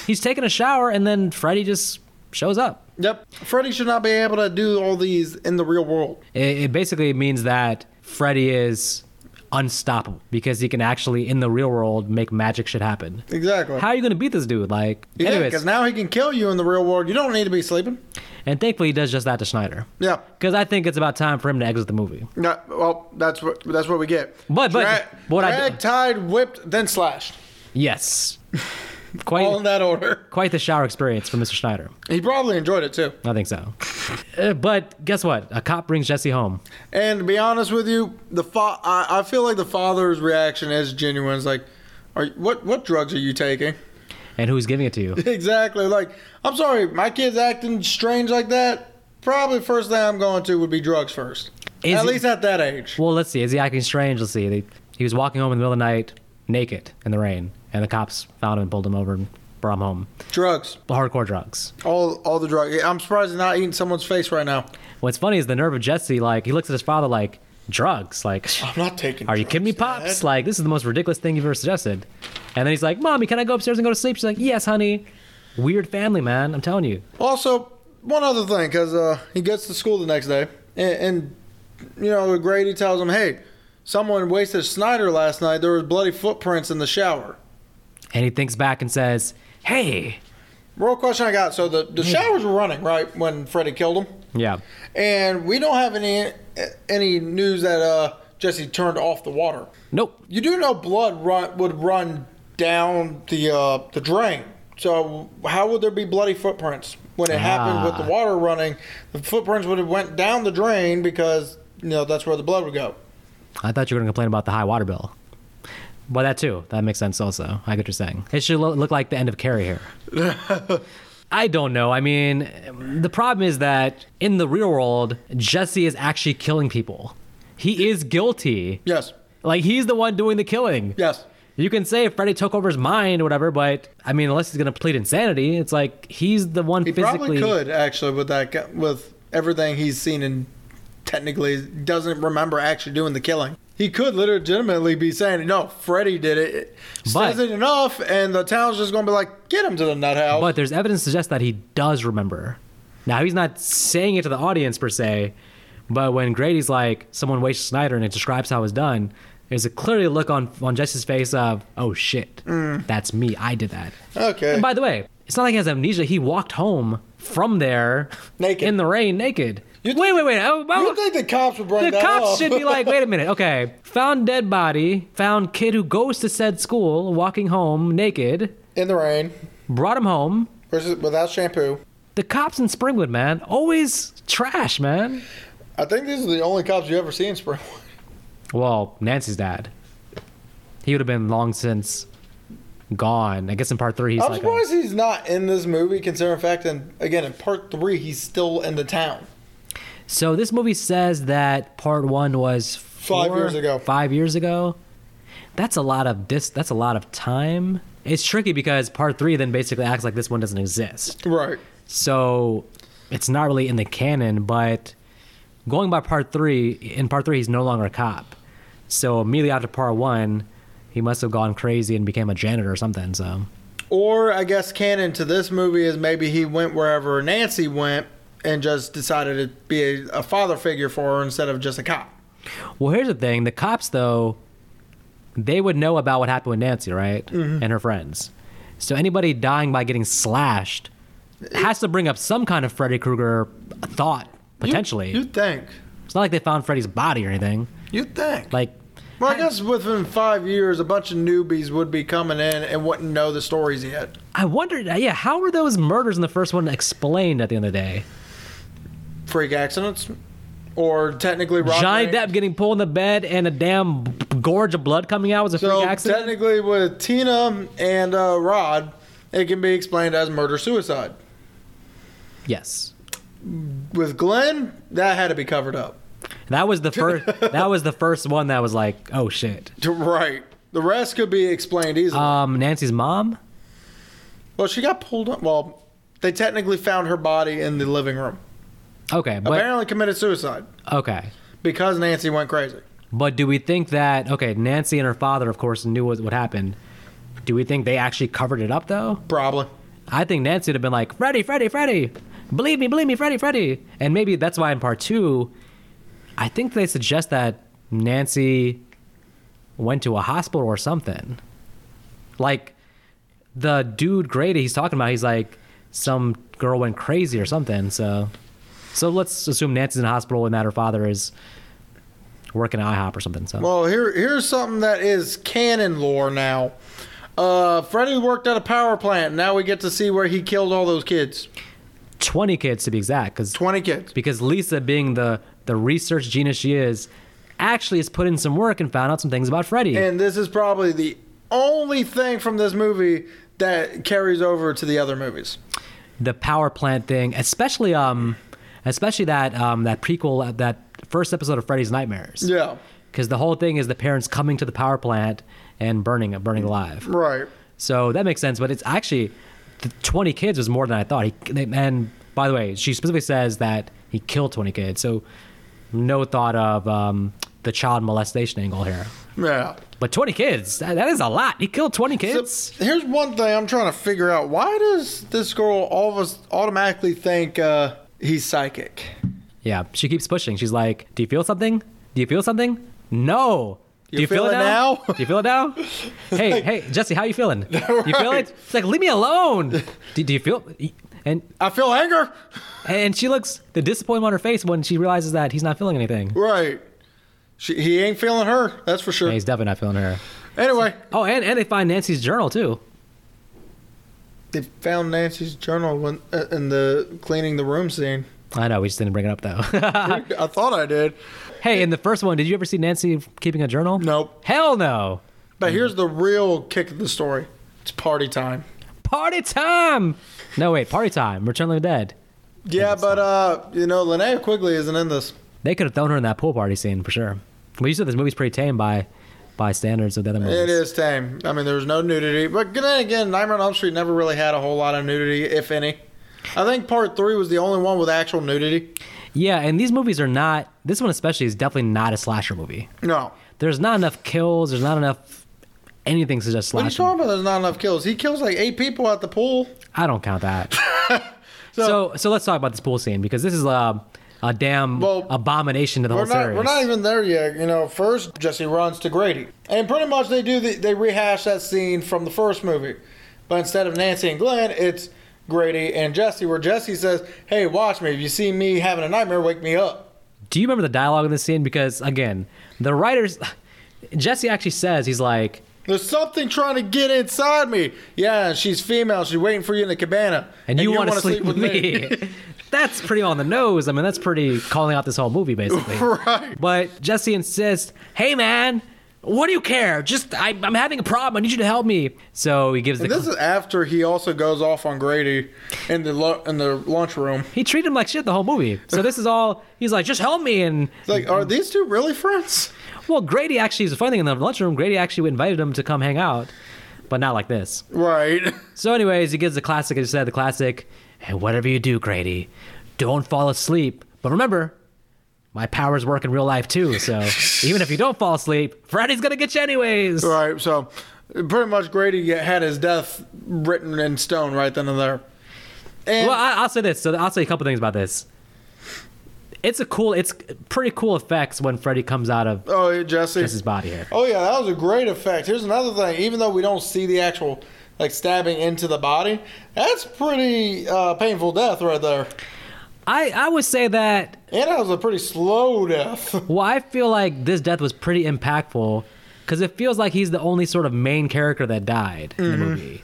[SPEAKER 2] He's taking a shower and then Freddy just shows up.
[SPEAKER 4] Yep. Freddy should not be able to do all these in the real world.
[SPEAKER 2] It, it basically means that Freddy is unstoppable because he can actually, in the real world, make magic shit happen.
[SPEAKER 4] Exactly.
[SPEAKER 2] How are you going to beat this dude? Like,
[SPEAKER 4] Because
[SPEAKER 2] anyways.
[SPEAKER 4] now he can kill you in the real world. You don't need to be sleeping.
[SPEAKER 2] And thankfully, he does just that to Schneider.
[SPEAKER 4] Yeah.
[SPEAKER 2] Because I think it's about time for him to exit the movie.
[SPEAKER 4] No, well, that's what that's what we get.
[SPEAKER 2] But- but what I
[SPEAKER 4] drag,
[SPEAKER 2] d-
[SPEAKER 4] tied, whipped, then slashed.
[SPEAKER 2] Yes.
[SPEAKER 4] All in
[SPEAKER 2] Quite,
[SPEAKER 4] that order.
[SPEAKER 2] quite the shower experience for Mr. Schneider.
[SPEAKER 4] He probably enjoyed it too.
[SPEAKER 2] I think so. Uh, but guess what? A cop brings Jesse home.
[SPEAKER 4] And to be honest with you, the fa- I, I feel like the father's reaction is genuine. It's like, are you, what what drugs are you taking?
[SPEAKER 2] And who's giving it to you?
[SPEAKER 4] exactly. Like, I'm sorry, my kid's acting strange like that. Probably first thing I'm going to would be drugs first.
[SPEAKER 2] Is
[SPEAKER 4] at
[SPEAKER 2] he-
[SPEAKER 4] least at that age.
[SPEAKER 2] Well, let's see. Is he acting strange? Let's see. They, he was walking home in the middle of the night, naked, in the rain. And the cops found him and pulled him over and brought him home.
[SPEAKER 4] Drugs.
[SPEAKER 2] Hardcore drugs.
[SPEAKER 4] All all the drugs. I'm surprised he's not eating someone's face right now.
[SPEAKER 2] What's funny is the nerve of Jesse. Like he looks at his father like drugs. Like,
[SPEAKER 4] I'm not taking.
[SPEAKER 2] are you kidding me, pops? Like this is the most ridiculous thing you've ever suggested. And then he's like, "Mommy, can I go upstairs and go to sleep?" She's like, "Yes, honey." Weird family, man. I'm telling you.
[SPEAKER 4] Also, one other thing, because uh, he gets to school the next day, and, and you know Grady tells him, "Hey, someone wasted Snyder last night. There was bloody footprints in the shower."
[SPEAKER 2] And he thinks back and says, "Hey,
[SPEAKER 4] Real question I got: So the the showers were running right when Freddy killed him,
[SPEAKER 2] yeah,
[SPEAKER 4] and we don't have any any news that uh, Jesse turned off the water.
[SPEAKER 2] nope."
[SPEAKER 4] You do know blood run would run down the uh, the drain. So how would there be bloody footprints? when it happened with
[SPEAKER 2] Ah.
[SPEAKER 4] the water running, the footprints would have went down the drain because you know that's where the blood would go.
[SPEAKER 2] I thought you were going to complain about the high water bill. Well, that too. That makes sense also. I get what you're saying. It should lo- look like the end of Carrie here. I don't know. I mean, the problem is that in the real world, Jesse is actually killing people. He is guilty.
[SPEAKER 4] Yes,
[SPEAKER 2] Like, he's the one doing the killing.
[SPEAKER 4] yes,
[SPEAKER 2] You can say Freddy took over his mind or whatever, but I mean, unless he's going to plead insanity, it's like he's the one
[SPEAKER 4] he
[SPEAKER 2] physically.
[SPEAKER 4] probably could actually with that gu- with everything he's seen and technically doesn't remember actually doing the killing. He could legitimately be saying, "No, Freddy did it." it
[SPEAKER 2] But-
[SPEAKER 4] says it enough, and the town's just going to be like, "Get him to the nut house."
[SPEAKER 2] But there's evidence to suggest that he does remember. Now he's not saying it to the audience per se, but when Grady's like someone wastes Snyder and it describes how it was done, there's a clearly look on on Jesse's face of oh shit,
[SPEAKER 4] Mm.
[SPEAKER 2] that's me, I did that.
[SPEAKER 4] okay,
[SPEAKER 2] And by the way, it's not like he has amnesia. He walked home from there
[SPEAKER 4] Naked.
[SPEAKER 2] in the rain naked.
[SPEAKER 4] You-
[SPEAKER 2] wait, wait, wait. Oh, well,
[SPEAKER 4] you think the cops would bring
[SPEAKER 2] the
[SPEAKER 4] that
[SPEAKER 2] cops
[SPEAKER 4] up.
[SPEAKER 2] should be like, wait a minute, okay. Found dead body, found kid who goes to said school, walking home naked,
[SPEAKER 4] in the rain
[SPEAKER 2] brought him home,
[SPEAKER 4] versus without shampoo.
[SPEAKER 2] the cops in Springwood, man, always trash, man.
[SPEAKER 4] I think these are the only cops you ever see in Springwood.
[SPEAKER 2] Well, Nancy's dad. He would have been long since gone. I guess in part three, he's
[SPEAKER 4] I'm
[SPEAKER 2] like,
[SPEAKER 4] surprised he's not in this movie, considering the fact that again in part three he's still in the town.
[SPEAKER 2] a- so this movie says that part one was
[SPEAKER 4] Five
[SPEAKER 2] four-
[SPEAKER 4] years ago.
[SPEAKER 2] Five years ago. That's a lot of dis. That's a lot of time. It's tricky because part three then basically acts like this one doesn't exist.
[SPEAKER 4] Right.
[SPEAKER 2] So it's not really in the canon, but going by part three, in part three, he's no longer a cop. So immediately after part one, he must have gone crazy and became a janitor or something. So
[SPEAKER 4] Or I guess canon to this movie is maybe he went wherever Nancy went and just decided to be a, a father figure for her instead of just a cop.
[SPEAKER 2] Well, here's the thing: the cops, though, they would know about what happened with Nancy, right, and her friends. So anybody dying by getting slashed has to bring up some kind of Freddy Krueger thought potentially.
[SPEAKER 4] You'd think.
[SPEAKER 2] it's not like they found Freddy's body or anything.
[SPEAKER 4] You'd think.
[SPEAKER 2] Like,
[SPEAKER 4] well, I guess within five years, a bunch of newbies would be coming in and wouldn't know the stories yet.
[SPEAKER 2] I wondered, yeah, how were those murders in the first one explained at the end of the day?
[SPEAKER 4] Freak accidents, or technically robbery.
[SPEAKER 2] Johnny Depp getting pulled in the bed and a damn gorge of blood coming out was a
[SPEAKER 4] So
[SPEAKER 2] freak accident.
[SPEAKER 4] technically, with Tina and uh, Rod, it can be explained as murder suicide.
[SPEAKER 2] yes.
[SPEAKER 4] With Glenn, that had to be covered up.
[SPEAKER 2] That was the first. that was the first one that was like, oh shit.
[SPEAKER 4] Right. The rest could be explained easily.
[SPEAKER 2] Um, Nancy's mom.
[SPEAKER 4] well, she got pulled up. Well, they technically found her body in the living room.
[SPEAKER 2] Okay, but
[SPEAKER 4] Apparently committed suicide
[SPEAKER 2] okay,
[SPEAKER 4] because Nancy went crazy.
[SPEAKER 2] but do we think that okay? Nancy and her father, of course, knew what, what happened. Do we think they actually covered it up though?
[SPEAKER 4] Probably.
[SPEAKER 2] I think Nancy would have been like, Freddy, Freddy, Freddy, believe me, believe me, Freddy, Freddy, and maybe that's why in part two, I think they suggest that Nancy went to a hospital or something. Like the dude Grady he's talking about, he's like some girl went crazy or something. So, so let's assume Nancy's in a hospital and that her father is working at IHOP or something. So
[SPEAKER 4] Well, here here's something that is canon lore now. Uh, Freddy worked at a power plant. Now we get to see where he killed all those kids.
[SPEAKER 2] twenty kids to be exact, because
[SPEAKER 4] Twenty kids.
[SPEAKER 2] because Lisa, being the the research genius she is, actually has put in some work and found out some things about Freddy.
[SPEAKER 4] And this is probably the only thing from this movie that carries over to the other movies.
[SPEAKER 2] the power plant thing, especially um, especially that um that prequel that first episode of Freddy's Nightmares.
[SPEAKER 4] Yeah.
[SPEAKER 2] Because the whole thing is the parents coming to the power plant and burning it, burning alive.
[SPEAKER 4] Right.
[SPEAKER 2] So that makes sense. But it's actually the 20 kids was more than I thought. He they- and by the way, she specifically says that he killed 20 kids. So no thought of um, the child molestation angle here.
[SPEAKER 4] Yeah.
[SPEAKER 2] But 20 kids, that, that is a lot. He killed 20 kids.
[SPEAKER 4] So, here's one thing I'm trying to figure out. Why does this girl all of us automatically think uh, he's psychic?
[SPEAKER 2] yeah, she keeps pushing. She's like, Do you feel something? Do you feel something? No. Do
[SPEAKER 4] You
[SPEAKER 2] you feel,
[SPEAKER 4] feel
[SPEAKER 2] it
[SPEAKER 4] it
[SPEAKER 2] now?
[SPEAKER 4] now?
[SPEAKER 2] Do you feel it now? hey, hey, Jesse, how you feeling? Do You feel
[SPEAKER 4] Right.
[SPEAKER 2] it? It's like, leave me alone. Do, do you feel? And
[SPEAKER 4] I feel anger.
[SPEAKER 2] and she looks the disappointment on her face when she realizes that he's not feeling anything.
[SPEAKER 4] Right. She, he ain't feeling her. That's for sure.
[SPEAKER 2] Yeah, he's definitely not feeling her.
[SPEAKER 4] Anyway,
[SPEAKER 2] Oh, and, and they find Nancy's journal too.
[SPEAKER 4] They found Nancy's journal when uh, in the cleaning the room scene.
[SPEAKER 2] I know we just didn't bring it up though.
[SPEAKER 4] I thought I did.
[SPEAKER 2] hey, in the first one, did you ever see Nancy keeping a journal?
[SPEAKER 4] Nope.
[SPEAKER 2] Hell no.
[SPEAKER 4] But here's the real kick of the story. It's party time.
[SPEAKER 2] Party time. No wait, party time. Return of the Dead.
[SPEAKER 4] Yeah, but uh, you know, Linnea Quigley isn't in this.
[SPEAKER 2] They could have thrown her in that pool party scene for sure. Well, you said this movie's pretty tame by by standards of the other movies.
[SPEAKER 4] It is tame. I mean, there was no nudity. But then again, Nightmare on Elm Street never really had a whole lot of nudity, if any. I think part three was the only one with actual nudity.
[SPEAKER 2] Yeah, and these movies are not. This one especially is definitely not a slasher movie.
[SPEAKER 4] No.
[SPEAKER 2] There's not enough kills. There's not enough anything to just
[SPEAKER 4] What are you
[SPEAKER 2] slash.
[SPEAKER 4] talking about? There's not enough kills. He kills like eight people at the pool.
[SPEAKER 2] I don't count that. so, so let's talk about this pool scene because this is a a damn
[SPEAKER 4] Well,
[SPEAKER 2] abomination to the
[SPEAKER 4] We're
[SPEAKER 2] whole
[SPEAKER 4] not,
[SPEAKER 2] series.
[SPEAKER 4] we're not even there yet. You know, first Jesse runs to Grady, and pretty much they do the, they rehash that scene from the first movie, but instead of Nancy and Glenn, it's Grady and Jesse, where Jesse says, "Hey, watch me. If you see me having a nightmare, wake me up."
[SPEAKER 2] Do you remember the dialogue in this scene? Because again, the writers, Jesse actually says he's like,
[SPEAKER 4] There's something trying to get inside me. Yeah, and she's female. She's waiting for you in the cabana,
[SPEAKER 2] and, you, want to
[SPEAKER 4] wanna
[SPEAKER 2] sleep, with me. that's pretty on the nose. I mean, that's pretty calling out this whole movie, basically.
[SPEAKER 4] Right.
[SPEAKER 2] But Jesse insists, hey, man, what do you care? Just, I, I'm having a problem. I need you to help me. So he gives the.
[SPEAKER 4] And this is after he also goes off on Grady in the lu- in the lunchroom.
[SPEAKER 2] he treated him like shit the whole movie. So this is all. He's like, just help me. And,
[SPEAKER 4] It's like, are these two really friends?
[SPEAKER 2] well, Grady actually is a funny thing in the lunchroom. Grady actually invited him to come hang out, but not like this.
[SPEAKER 4] Right.
[SPEAKER 2] So, anyways, he gives the classic. I just said the classic. And whatever you do, Grady, don't fall asleep. But remember, my powers work in real life too. So even if you don't fall asleep, Freddy's gonna get you anyways.
[SPEAKER 4] Right. So pretty much Grady had his death written in stone right then and there. And
[SPEAKER 2] Well, I, I'll say this. So I'll say a couple things about this. It's a cool. It's pretty cool effects when Freddy comes out of
[SPEAKER 4] oh, yeah, Jesse.
[SPEAKER 2] his body here.
[SPEAKER 4] Oh yeah, that was a great effect. Here's another thing. Even though we don't see the actual like stabbing into the body, that's pretty uh, painful death right there.
[SPEAKER 2] I I would say that.
[SPEAKER 4] And that was a pretty slow death.
[SPEAKER 2] Well, I feel like this death was pretty impactful because it feels like he's the only sort of main character that died in the movie,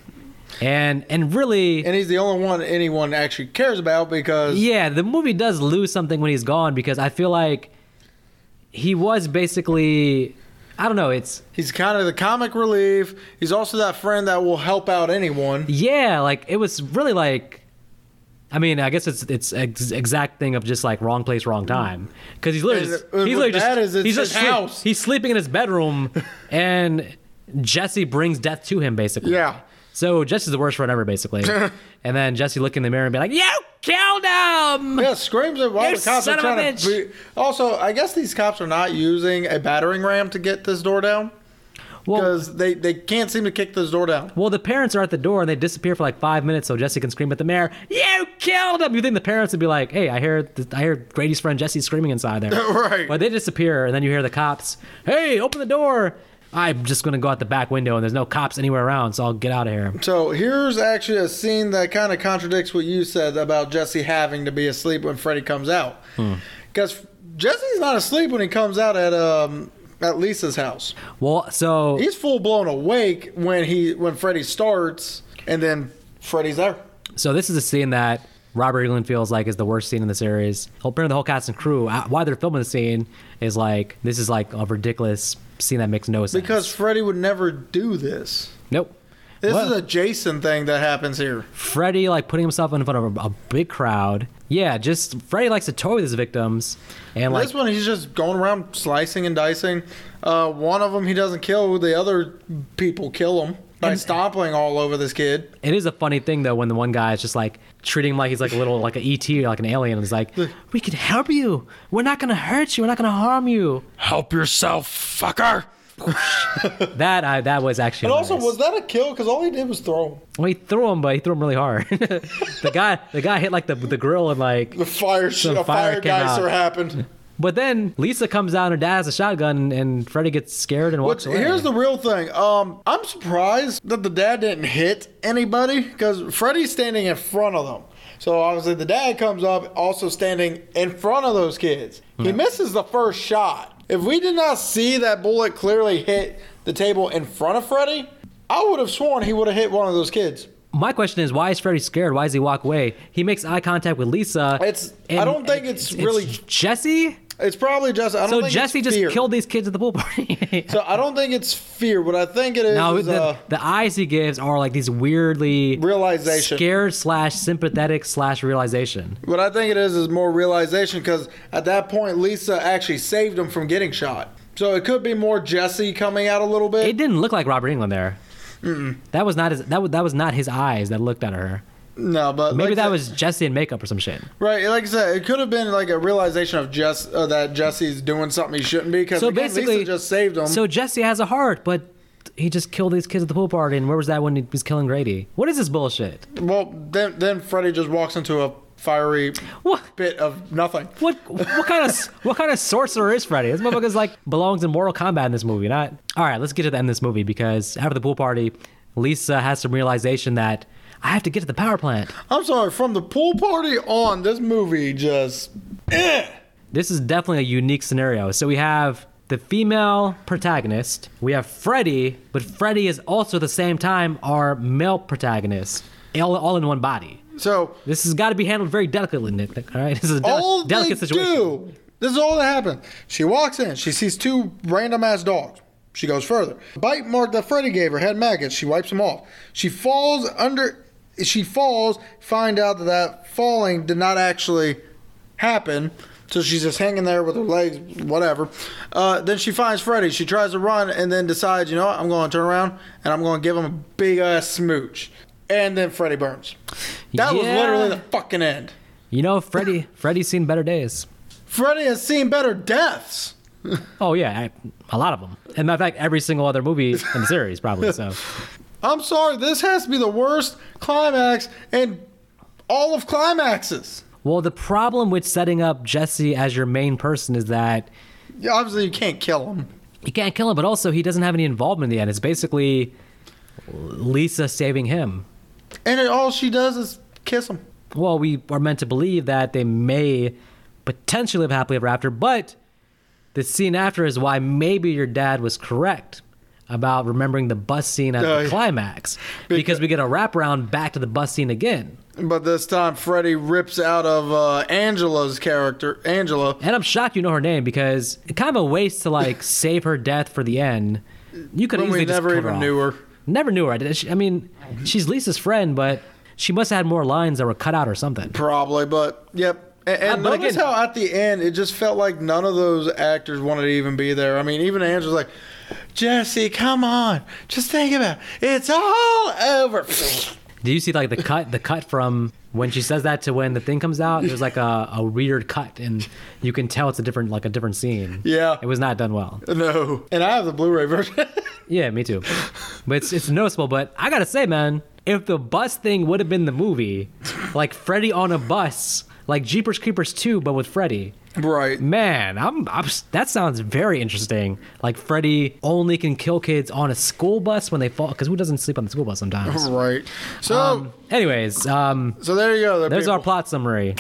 [SPEAKER 2] and and really
[SPEAKER 4] and he's the only one anyone actually cares about because
[SPEAKER 2] Yeah, the movie does lose something when he's gone because I feel like he was basically I don't know, it's
[SPEAKER 4] he's kind of the comic relief. He's also that friend that will help out anyone.
[SPEAKER 2] yeah, like it was really like I mean, I guess it's it's ex- exact thing of just like wrong place, wrong time. Because he's literally
[SPEAKER 4] And
[SPEAKER 2] just,
[SPEAKER 4] with
[SPEAKER 2] he's literally
[SPEAKER 4] that
[SPEAKER 2] just
[SPEAKER 4] is it's
[SPEAKER 2] he's just
[SPEAKER 4] his
[SPEAKER 2] sleep-
[SPEAKER 4] house.
[SPEAKER 2] he's sleeping in his bedroom, and Jesse brings death to him basically.
[SPEAKER 4] Yeah.
[SPEAKER 2] So Jesse's the worst friend ever basically, and then Jesse look in the mirror and be like, "You killed him."
[SPEAKER 4] Yeah, screams at why
[SPEAKER 2] You
[SPEAKER 4] the cops
[SPEAKER 2] son
[SPEAKER 4] are
[SPEAKER 2] of a
[SPEAKER 4] trying to.
[SPEAKER 2] bitch.
[SPEAKER 4] Be, also, I guess these cops are not using a battering ram to get this door down
[SPEAKER 2] Well,
[SPEAKER 4] because they, they can't seem to kick this door down.
[SPEAKER 2] Well, the parents are at the door and they disappear for like five minutes so Jesse can scream at the mayor, You killed him! You think the parents would be like, Hey, I hear th- I hear Grady's friend Jesse screaming inside there.
[SPEAKER 4] Right.
[SPEAKER 2] But they disappear and then you hear the cops, Hey, open the door! I'm just gonna go out the back window and there's no cops anywhere around, so I'll get out of here.
[SPEAKER 4] So here's actually a scene that kind of contradicts what you said about Jesse having to be asleep when Freddy comes out.
[SPEAKER 2] Hmm.
[SPEAKER 4] Because Jesse's not asleep when he comes out at um at Lisa's house.
[SPEAKER 2] Well, so
[SPEAKER 4] He's full blown awake when he when Freddy starts, and then Freddy's there.
[SPEAKER 2] so this is a scene that Robert Englund feels like is the worst scene in the series. Apparently, the whole cast and crew, uh, why they're filming the scene, is like this is like a ridiculous scene that makes no sense.
[SPEAKER 4] Because Freddy would never do this.
[SPEAKER 2] nope.
[SPEAKER 4] This
[SPEAKER 2] What?
[SPEAKER 4] is a Jason thing that happens here.
[SPEAKER 2] Freddy like putting himself in front of a, a big crowd. Yeah, just Freddy likes to toy with his victims, and like
[SPEAKER 4] this one, he's just going around slicing and dicing. Uh, one of them he doesn't kill, the other people kill him by stomping all over this kid.
[SPEAKER 2] it is a funny thing though when the one guy is just like treating him like he's like a little like an ET or like an alien, and he's like, "We can help you. We're not gonna hurt you. We're not gonna harm you."
[SPEAKER 3] Help yourself, fucker.
[SPEAKER 2] That I that was actually.
[SPEAKER 4] But also,
[SPEAKER 2] hilarious.
[SPEAKER 4] was that a kill? Because all he did was throw him.
[SPEAKER 2] well, he threw him, but he threw him really hard. the guy the guy hit like the the grill and like.
[SPEAKER 4] The fire,
[SPEAKER 2] Some
[SPEAKER 4] a
[SPEAKER 2] fire
[SPEAKER 4] fire
[SPEAKER 2] came out.
[SPEAKER 4] geyser happened.
[SPEAKER 2] But then Lisa comes out and her dad has a shotgun, and, and Freddy gets scared and
[SPEAKER 4] But
[SPEAKER 2] walks away.
[SPEAKER 4] here's the real thing. Um, I'm surprised that the dad didn't hit anybody because Freddy's standing in front of them. So obviously the dad comes up, also standing in front of those kids. He misses the first shot. If we did not see that bullet clearly hit the table in front of Freddy, I would have sworn he would have hit one of those kids.
[SPEAKER 2] My question is, why is Freddy scared? Why does he walk away? He makes eye contact with Lisa.
[SPEAKER 4] It's- I don't think it's really-
[SPEAKER 2] Jesse.
[SPEAKER 4] It's probably just. I don't
[SPEAKER 2] So
[SPEAKER 4] think
[SPEAKER 2] Jesse
[SPEAKER 4] it's
[SPEAKER 2] just
[SPEAKER 4] fear.
[SPEAKER 2] killed these kids at the pool party.
[SPEAKER 4] So I don't think it's fear. What I think it is
[SPEAKER 2] No,
[SPEAKER 4] is
[SPEAKER 2] the,
[SPEAKER 4] uh,
[SPEAKER 2] the eyes he gives are like these weirdly
[SPEAKER 4] Realization.
[SPEAKER 2] scared slash sympathetic slash realization.
[SPEAKER 4] what I think it is is more realization because at that point Lisa actually saved him from getting shot. So it could be more Jesse coming out a little bit.
[SPEAKER 2] It didn't look like Robert England there. That was not his. That was, that was not his eyes that looked at her.
[SPEAKER 4] no, but
[SPEAKER 2] Maybe
[SPEAKER 4] like
[SPEAKER 2] that
[SPEAKER 4] I-
[SPEAKER 2] was Jesse in makeup or some shit.
[SPEAKER 4] right. Like I said, it could have been like a realization of Jess uh, that Jesse's doing something he shouldn't be because
[SPEAKER 2] So
[SPEAKER 4] basically
[SPEAKER 2] basically,
[SPEAKER 4] Lisa just saved him.
[SPEAKER 2] So Jesse has a heart, but he just killed these kids at the pool party. And where was that when he was killing Grady? What is this bullshit?
[SPEAKER 4] well, then then Freddy just walks into a fiery
[SPEAKER 2] What?
[SPEAKER 4] bit of nothing.
[SPEAKER 2] What what kind of what kind of sorcerer is Freddy? This motherfucker's like belongs in Mortal Kombat in this movie. Not all right. Let's get to the end of this movie because after the pool party, Lisa has some realization that I have to get to the power plant.
[SPEAKER 4] I'm sorry. From the pool party on, this movie just
[SPEAKER 2] This is definitely a unique scenario. So we have the female protagonist, we have Freddy, but Freddy is also at the same time our male protagonist, all, all in one body.
[SPEAKER 4] so
[SPEAKER 2] This has got to be handled very delicately, Nick. All right, this is a deli-
[SPEAKER 4] all
[SPEAKER 2] delicate
[SPEAKER 4] they
[SPEAKER 2] situation.
[SPEAKER 4] do. This is all that happened. She walks in. She sees two random ass dogs. She goes further. Bite mark that Freddy gave her had maggots. She wipes them off. She falls under. She falls. Find out that that falling did not actually happen. So she's just hanging there with her legs, whatever. Uh, then she finds Freddy. She tries to run and then decides, you know what? I'm going to turn around and I'm going to give him a big ass smooch. And then Freddy burns. That was
[SPEAKER 2] Yeah.
[SPEAKER 4] literally the fucking end.
[SPEAKER 2] You know, Freddy. Freddy's seen better days.
[SPEAKER 4] Freddy has seen better deaths.
[SPEAKER 2] Oh yeah, I, a lot of them. And matter of fact, every single other movie in the series probably. So
[SPEAKER 4] I'm sorry, this has to be the worst climax in all of climaxes.
[SPEAKER 2] Well, the problem with setting up Jesse as your main person is that
[SPEAKER 4] Yeah, Obviously, you can't kill him.
[SPEAKER 2] you can't kill him, but also he doesn't have any involvement in the end. It's basically Lisa saving him.
[SPEAKER 4] And it, all she does is kiss him.
[SPEAKER 2] Well, we are meant to believe that they may potentially live happily ever after, but the scene after is why maybe your dad was correct about remembering the bus scene at
[SPEAKER 4] Oh,
[SPEAKER 2] the
[SPEAKER 4] yeah.
[SPEAKER 2] climax because we get a wraparound back to the bus scene again.
[SPEAKER 4] But this time, Freddy rips out of uh, Angela's character, Angela.
[SPEAKER 2] And I'm shocked you know her name because it kind of a waste to like save her death for the end. You could
[SPEAKER 4] When we
[SPEAKER 2] easily just
[SPEAKER 4] never
[SPEAKER 2] cut
[SPEAKER 4] even
[SPEAKER 2] off.
[SPEAKER 4] knew her.
[SPEAKER 2] Never knew her. I, did, she, I mean, she's Lisa's friend, but she must have had more lines that were cut out or something.
[SPEAKER 4] Probably, but yep. And, and
[SPEAKER 2] Uh, but
[SPEAKER 4] notice
[SPEAKER 2] again-
[SPEAKER 4] how at the end it just felt like none of those actors wanted to even be there. I mean, even Angela's like, Jesse, come on, just think about it. It's all over.
[SPEAKER 2] Do you see like the cut, the cut from when she says that to when the thing comes out? There's like a, a weird cut, and you can tell it's a different like a different scene.
[SPEAKER 4] Yeah.
[SPEAKER 2] it was not done well.
[SPEAKER 4] no, and I have the Blu-ray version.
[SPEAKER 2] Yeah, me too. But it's, it's noticeable. But I gotta say, man, if the bus thing would have been the movie, like Freddy on a bus, like Jeepers Creepers 2, but with Freddy,
[SPEAKER 4] right.
[SPEAKER 2] man, I'm, I'm that sounds very interesting. Like Freddy only can kill kids on a school bus when they fall, because who doesn't sleep on the school bus sometimes?
[SPEAKER 4] Right. So,
[SPEAKER 2] Anyways, um,
[SPEAKER 4] so there you go. There
[SPEAKER 2] there's our
[SPEAKER 4] people.
[SPEAKER 2] plot summary.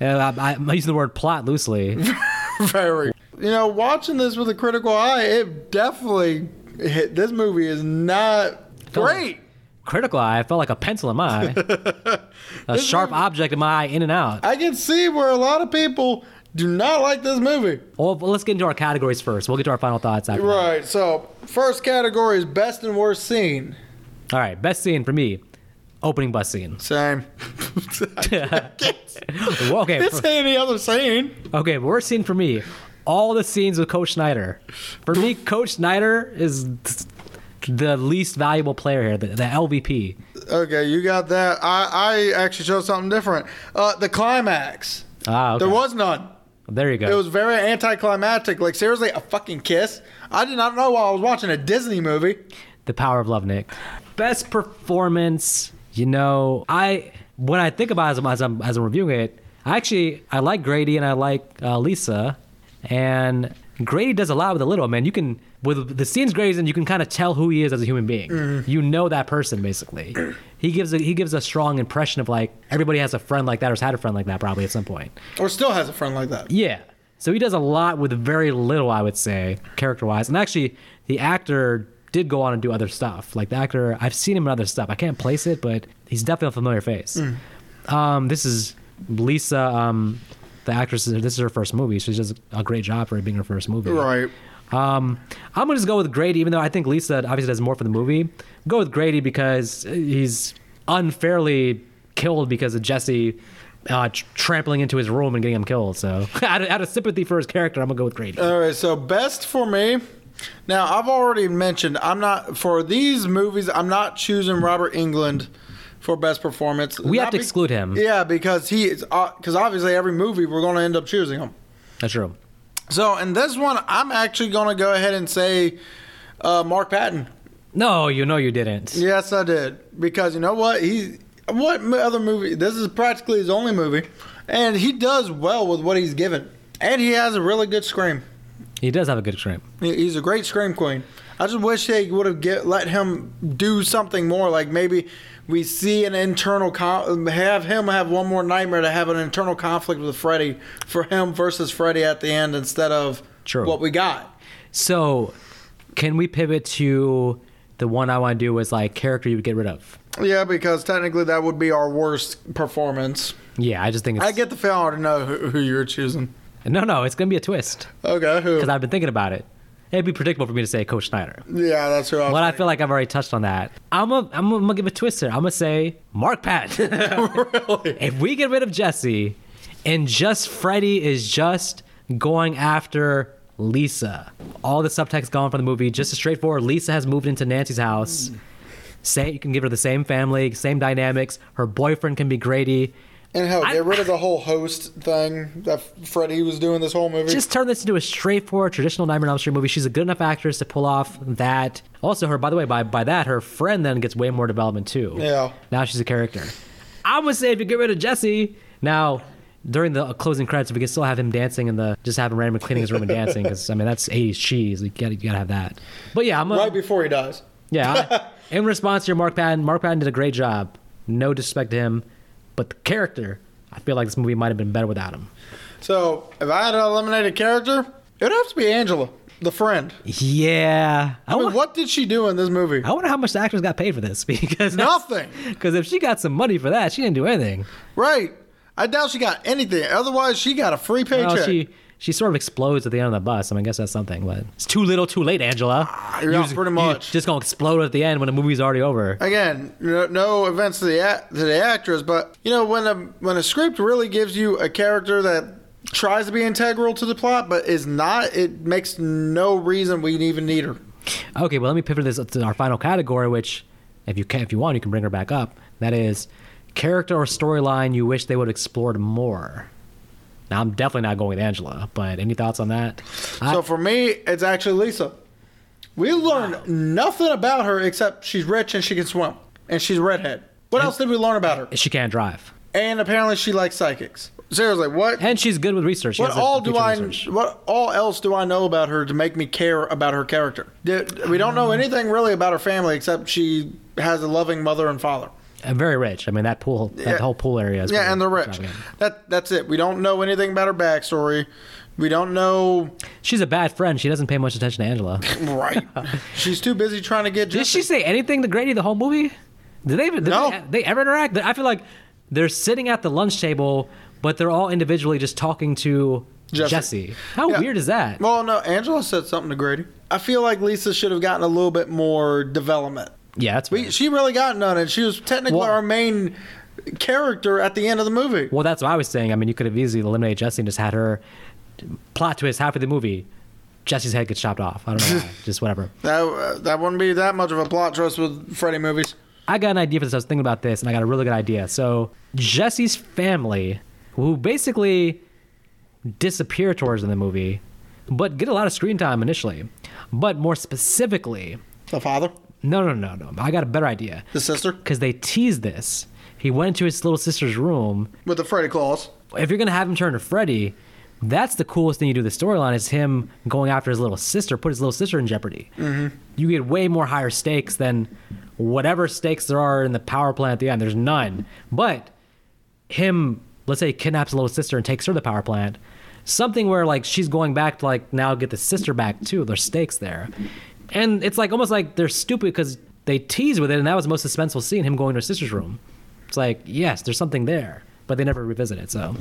[SPEAKER 2] Yeah, I, I'm using the word plot loosely.
[SPEAKER 4] Very. You know, watching this with a critical eye, it definitely hit. This movie is not great.
[SPEAKER 2] Critical eye, I felt like a pencil in my eye, a sharp object in my eye, in and out.
[SPEAKER 4] I can see where a lot of people do not like this movie.
[SPEAKER 2] Well, but let's get into our categories first. We'll get to our final thoughts after. that.
[SPEAKER 4] Right. So, first category is best and worst scene.
[SPEAKER 2] All right, best scene for me, opening bus scene.
[SPEAKER 4] Same.
[SPEAKER 2] Well, okay,
[SPEAKER 4] it's
[SPEAKER 2] for-
[SPEAKER 4] any other scene.
[SPEAKER 2] okay, worst scene for me, all the scenes with Coach Snyder. For me, Coach Snyder is the least valuable player here, the, the LVP.
[SPEAKER 4] Okay, you got that. I, I actually chose something different. Uh, the climax.
[SPEAKER 2] Ah, okay.
[SPEAKER 4] There was none.
[SPEAKER 2] There you go.
[SPEAKER 4] It was very anticlimactic. Like seriously, a fucking kiss. I did not know while I was watching a Disney movie.
[SPEAKER 2] The Power of Love, Nick. Best performance. You know, I when I think about it as I'm as I'm, as I'm reviewing it, I actually I like Grady and I like uh, Lisa, and Grady does a lot with a little man. You can with the scenes Grady's in, you can kind of tell who he is as a human being. You know that person basically. he gives a, he gives a strong impression of like everybody has a friend like that or has had a friend like that probably at some point.
[SPEAKER 4] Or still has a friend like that.
[SPEAKER 2] Yeah. So he does a lot with very little, I would say, character wise. And actually, the actor did go on and do other stuff. Like the actor, I've seen him in other stuff. I can't place it, but he's definitely a familiar face. Um, this is Lisa, um, the actress. This is her first movie. She does a great job for it being her first movie.
[SPEAKER 4] Right.
[SPEAKER 2] Um, I'm gonna just go with Grady, even though I think Lisa obviously does more for the movie. Go with Grady because he's unfairly killed because of Jesse uh, tr- trampling into his room and getting him killed. So out, of, out of sympathy for his character, I'm gonna go with Grady.
[SPEAKER 4] All right, so best for me. Now I've already mentioned I'm not for these movies. I'm not choosing Robert England for best performance.
[SPEAKER 2] We have
[SPEAKER 4] Not
[SPEAKER 2] to exclude him.
[SPEAKER 4] Yeah, because he is because obviously every movie we're going to end up choosing him.
[SPEAKER 2] That's true.
[SPEAKER 4] So in this one, I'm actually going to go ahead and say uh, Mark Patton.
[SPEAKER 2] No, you know you didn't.
[SPEAKER 4] Yes, I did because you know what he what m- other movie? This is practically his only movie, and he does well with what he's given, and he has a really good scream.
[SPEAKER 2] He does have a good shrimp.
[SPEAKER 4] He- He's a great scream queen. I just wish they would have get, let him do something more. Like maybe we see an internal con- have him have one more nightmare to have an internal conflict with Freddy for him versus Freddy at the end instead of
[SPEAKER 2] True.
[SPEAKER 4] what we got.
[SPEAKER 2] So, can we pivot to the one I want to do was like character you would get rid of?
[SPEAKER 4] Yeah, because technically that would be our worst performance.
[SPEAKER 2] Yeah, I just think it's
[SPEAKER 4] I get the feeling I already know who, who you're choosing.
[SPEAKER 2] no, no. It's gonna be a twist
[SPEAKER 4] Okay, who?
[SPEAKER 2] because I've been thinking about it. It'd be predictable for me to say Coach Snyder,
[SPEAKER 4] yeah, that's who I
[SPEAKER 2] but
[SPEAKER 4] was.
[SPEAKER 2] I feel like I've already touched on that. I'm a, I'm, a, I'm gonna give a twist here. I'm gonna say Mark Patton.
[SPEAKER 4] really?
[SPEAKER 2] if we get rid of Jesse, and just Freddy is just going after Lisa, all the subtext gone from the movie, just a straightforward. Lisa has moved into Nancy's house. Say you can give her the same family, same dynamics. Her boyfriend can be Grady.
[SPEAKER 4] And hell,
[SPEAKER 2] I-
[SPEAKER 4] get rid of the whole host thing that Freddy was doing this whole movie.
[SPEAKER 2] Just turn this into a straightforward traditional Nightmare on Elm Street movie. She's a good enough actress to pull off that. Also, her by the way, by by that, her friend then gets way more development too.
[SPEAKER 4] Yeah.
[SPEAKER 2] Now she's a character. I would say if you get rid of Jesse, now during the closing credits, we can still have him dancing in the just have him randomly cleaning his room and dancing because I mean that's 80s cheese. You gotta you gotta have that. But yeah, I'm a,
[SPEAKER 4] right before he dies.
[SPEAKER 2] yeah. I, in response to your Mark Patton, Mark Patton did a great job. No disrespect to him, but the character, I feel like this movie might have been better without him.
[SPEAKER 4] So if I had to eliminate a character, it would have to be Angela, the friend.
[SPEAKER 2] Yeah. I,
[SPEAKER 4] I
[SPEAKER 2] wa-
[SPEAKER 4] mean, what did she do in this movie?
[SPEAKER 2] I wonder how much the actors got paid for this because
[SPEAKER 4] Nothing.
[SPEAKER 2] Because if she got some money for that, she didn't do anything.
[SPEAKER 4] Right. I doubt she got anything. Otherwise, she got a free paycheck.
[SPEAKER 2] Well, she she sort of explodes at the end of the bus. I mean, I guess that's something, but it's too little, too late, Angela.
[SPEAKER 4] yeah,
[SPEAKER 2] You-
[SPEAKER 4] pretty
[SPEAKER 2] you
[SPEAKER 4] much.
[SPEAKER 2] just gonna explode at the end when the movie's already over.
[SPEAKER 4] Again, no, no offense to the act- to the actress, but you know when a when a script really gives you a character that tries to be integral to the plot but is not, it makes no reason we even need her.
[SPEAKER 2] Okay, well, let me pivot this to our final category, which, if you can, if you want, you can bring her back up. That is, character or storyline you wish they would have explored more. Now, I'm definitely not going with Angela, but any thoughts on that? I-
[SPEAKER 4] So for me, it's actually Lisa. We learned nothing about her except she's rich and she can swim and she's redhead. What else did we learn about her?
[SPEAKER 2] she can't drive,
[SPEAKER 4] And apparently she likes psychics. Seriously, what?
[SPEAKER 2] and she's good with research. She
[SPEAKER 4] what
[SPEAKER 2] has a
[SPEAKER 4] all do
[SPEAKER 2] degree in
[SPEAKER 4] I?
[SPEAKER 2] research.
[SPEAKER 4] What all else do I know about her to make me care about her character? Did- We don't
[SPEAKER 2] Mm.
[SPEAKER 4] know anything really about her family except she has a loving mother and father.
[SPEAKER 2] And uh, very rich. I mean, that pool, that
[SPEAKER 4] Yeah.
[SPEAKER 2] whole pool area is
[SPEAKER 4] Yeah,
[SPEAKER 2] pretty
[SPEAKER 4] and they're rich.
[SPEAKER 2] extravagant.
[SPEAKER 4] That that's it. We don't know anything about her backstory. We don't know.
[SPEAKER 2] She's a bad friend. She doesn't pay much attention to Angela.
[SPEAKER 4] Right? she's too busy trying to get.
[SPEAKER 2] Did she say anything to Grady the whole movie? Did they even did
[SPEAKER 4] No.
[SPEAKER 2] they, they ever interact? I feel like they're sitting at the lunch table, but they're all individually just talking to Jesse.
[SPEAKER 4] Jesse.
[SPEAKER 2] How
[SPEAKER 4] Yeah.
[SPEAKER 2] weird is that?
[SPEAKER 4] Well, no, Angela said something to Grady. I feel like Lisa should have gotten a little bit more development.
[SPEAKER 2] yeah, that's
[SPEAKER 4] We,
[SPEAKER 2] weird.
[SPEAKER 4] she really got none, and she was technically
[SPEAKER 2] Well-
[SPEAKER 4] our main character at the end of the movie.
[SPEAKER 2] well, that's what I was saying. I mean, you could have easily eliminated Jesse and just had her plot twist half of the movie. Jesse's head gets chopped off. I don't know, why. just whatever.
[SPEAKER 4] That uh, that wouldn't be that much of a plot twist with Freddy movies.
[SPEAKER 2] I got an idea for this. I was thinking about this, and I got a really good idea. So Jesse's family, who basically disappear towards in the movie, but get a lot of screen time initially. But more specifically,
[SPEAKER 4] The father,
[SPEAKER 2] no, no, no, no. I got a better idea
[SPEAKER 4] the sister,
[SPEAKER 2] because they teased this. He went into his little sister's room.
[SPEAKER 4] with the Freddy claws.
[SPEAKER 2] If you're gonna have him turn to Freddy, that's the coolest thing you do. with The storyline is him going after his little sister, put his little sister in jeopardy. Mm-hmm. You get way more higher stakes than whatever stakes there are in the power plant at the end. There's none, but him let's say kidnaps little sister and takes her to the power plant something where like she's going back to like now get the sister back too there's stakes there and it's like almost like they're stupid because they tease with it, and that was the most suspenseful scene, him going to her sister's room. It's like yes, there's something there, but they never revisit it. So,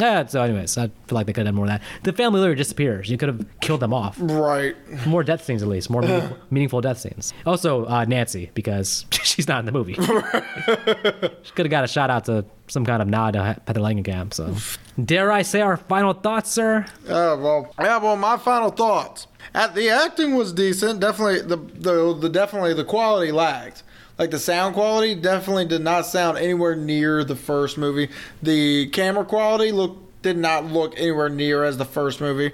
[SPEAKER 2] yeah. So, anyways, I feel like they could have done more of that. The family literally disappears. You could have killed them off.
[SPEAKER 4] Right.
[SPEAKER 2] More death scenes, at least. More meaningful, meaningful death scenes. Also, uh, Nancy, because she's not in the movie. she could have got a shout out to some kind of nod to He- Heather Langenkamp. So, dare I say our final thoughts, sir?
[SPEAKER 4] Yeah, well, yeah, well, my final thoughts. At the acting was decent. Definitely the, the the definitely the quality lacked. Like the sound quality definitely did not sound anywhere near the first movie. The camera quality look did not look anywhere near as the first movie.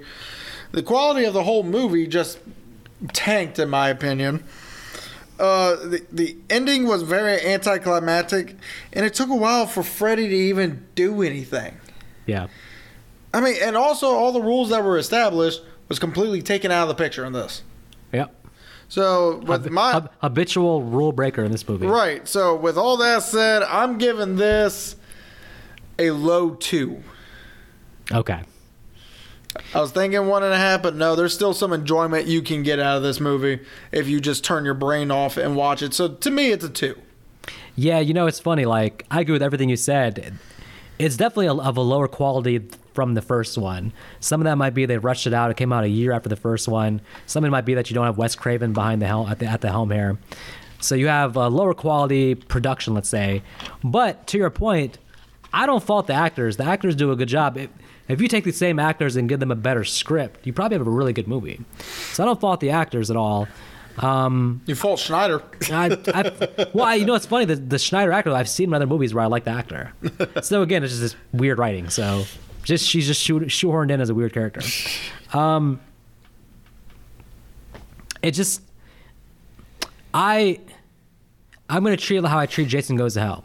[SPEAKER 4] The quality of the whole movie just tanked in my opinion. Uh, the, the ending was very anticlimactic, and it took a while for Freddy to even do anything.
[SPEAKER 2] Yeah.
[SPEAKER 4] I mean, and also all the rules that were established was completely taken out of the picture in this.
[SPEAKER 2] Yep.
[SPEAKER 4] So with
[SPEAKER 2] Hab-
[SPEAKER 4] my
[SPEAKER 2] hab- habitual rule breaker in this movie.
[SPEAKER 4] right, so with all that said, I'm giving this a low two.
[SPEAKER 2] Okay.
[SPEAKER 4] I was thinking one and a half, but no, there's still some enjoyment you can get out of this movie if you just turn your brain off and watch it. So to me, it's a two.
[SPEAKER 2] Yeah, you know, it's funny. Like, I agree with everything you said. It's definitely a, of a lower quality from the first one. Some of that might be they rushed it out. It came out a year after the first one. Some of it might be that you don't have Wes Craven behind the helm at the, at the helm here. So you have a lower quality production, let's say. But to your point, I don't fault the actors. The actors do a good job. If, if you take the same actors and give them a better script, you probably have a really good movie. So I don't fault the actors at all.
[SPEAKER 4] You fault Schneider.
[SPEAKER 2] I, I, well, I, you know, it's funny. The, the Schneider actor, I've seen in other movies where I like the actor. So again, it's just this weird writing. So just she's just shoe, shoehorned in as a weird character. Um, it just, I, I'm gonna treat it how I treat Jason Goes to Hell.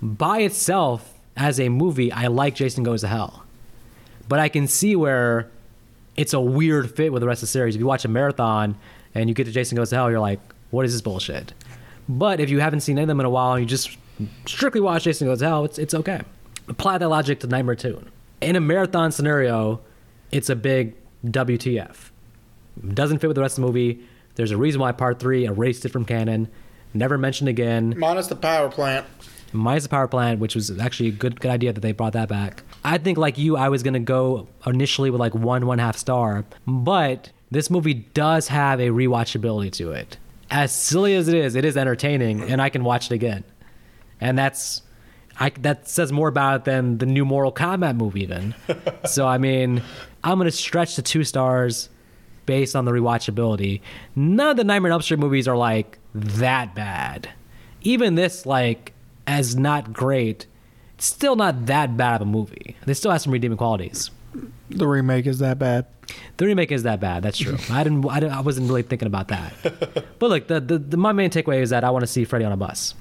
[SPEAKER 2] By itself, as a movie, I like Jason Goes to Hell, but I can see where it's a weird fit with the rest of the series. If you watch a marathon and you get to Jason Goes to Hell, you're like, what is this bullshit? But if you haven't seen any of them in a while and you just strictly watch Jason Goes to Hell, it's, it's okay. Apply that logic to Nightmare 2. In a marathon scenario, it's a big WTF. Doesn't fit with the rest of the movie. There's a reason why part three erased it from canon, never mentioned again
[SPEAKER 4] Minus the power plant.
[SPEAKER 2] minus the power plant, which was actually a good good idea that they brought that back. I think like you, I was gonna go initially with like one one half star, but this movie does have a rewatchability to it. As silly as it is, it is entertaining, and I can watch it again. And that's, I that says more about it than the new Mortal Kombat movie even. so I mean, I'm gonna stretch to two stars based on the rewatchability. None of the Nightmare on Elm Street movies are like that bad. Even this, like, as not great, it's still not that bad of a movie. They still have some redeeming qualities.
[SPEAKER 4] The remake is that bad.
[SPEAKER 2] The remake is that bad. That's true. I didn't. I, didn't, I wasn't really thinking about that. But look, the, the, the my main takeaway is that I want to see Freddy on a bus.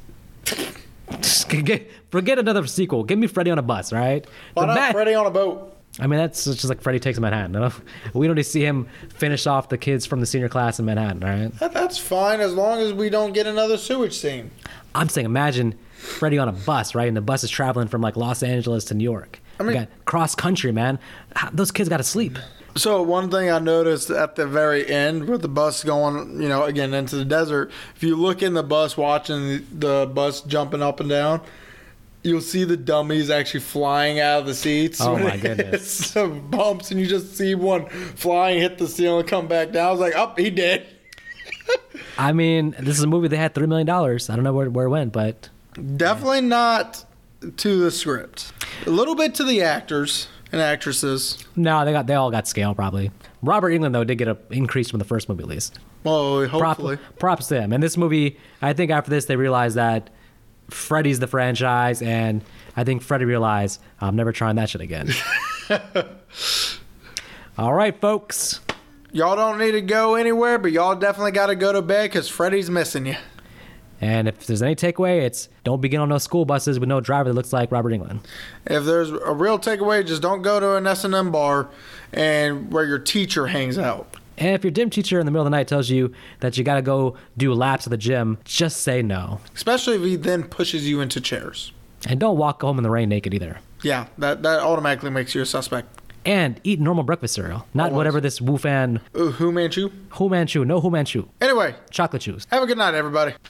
[SPEAKER 2] Just get- forget another sequel. Give me Freddy on a bus, right?
[SPEAKER 4] Why
[SPEAKER 2] The
[SPEAKER 4] not
[SPEAKER 2] ma-
[SPEAKER 4] Freddy on a boat?
[SPEAKER 2] I mean, that's just like Freddy takes Manhattan. no? We don't need to see him finish off the kids from the senior class in Manhattan, right?
[SPEAKER 4] That- That's fine as long as we don't get another sewage scene.
[SPEAKER 2] I'm saying, imagine Freddie on a bus, right? And the bus is traveling from like Los Angeles to New York. I
[SPEAKER 4] mean-
[SPEAKER 2] got cross country, man. How- Those kids got to sleep.
[SPEAKER 4] So one thing I noticed at the very end with the bus going, you know, again into the desert, if you look in the bus watching the bus jumping up and down, you'll see the dummies actually flying out of the seats.
[SPEAKER 2] Oh,
[SPEAKER 4] when
[SPEAKER 2] my
[SPEAKER 4] it
[SPEAKER 2] goodness.
[SPEAKER 4] hits Some bumps and you just see one flying hit the ceiling, come back down. I was like, "Up, he did."
[SPEAKER 2] I mean, this is a movie that had $3 million. I don't know where, where it went, but
[SPEAKER 4] Definitely not to the script. A little bit to the actors and actresses.
[SPEAKER 2] no, they got they all got scale probably. Robert England, though, did get an increase from the first movie at least.
[SPEAKER 4] Well,
[SPEAKER 2] Prop-
[SPEAKER 4] hopefully.
[SPEAKER 2] props to him. And this movie, I think after this, they realized that Freddy's the franchise, and I think Freddy realized, I'm never trying that shit again. all right, folks.
[SPEAKER 4] Y'all don't need to go anywhere, but y'all definitely got to go to bed because Freddy's missing you.
[SPEAKER 2] And if there's any takeaway, it's don't begin on no school buses with no driver that looks like Robert England.
[SPEAKER 4] If there's a real takeaway, just don't go to an S&M bar and where your teacher hangs out.
[SPEAKER 2] And if your gym teacher in the middle of the night tells you that you gotta go do laps at the gym, just say no.
[SPEAKER 4] Especially if he then pushes you into chairs.
[SPEAKER 2] And don't walk home in the rain naked either.
[SPEAKER 4] Yeah, that, that automatically makes you a suspect.
[SPEAKER 2] and eat normal breakfast cereal, not
[SPEAKER 4] Always.
[SPEAKER 2] whatever this Wu Fan
[SPEAKER 4] Ooh, Hu Manchu.
[SPEAKER 2] Hu Manchu, no Hu Manchu,
[SPEAKER 4] Anyway,
[SPEAKER 2] chocolate chews.
[SPEAKER 4] have a good night, everybody.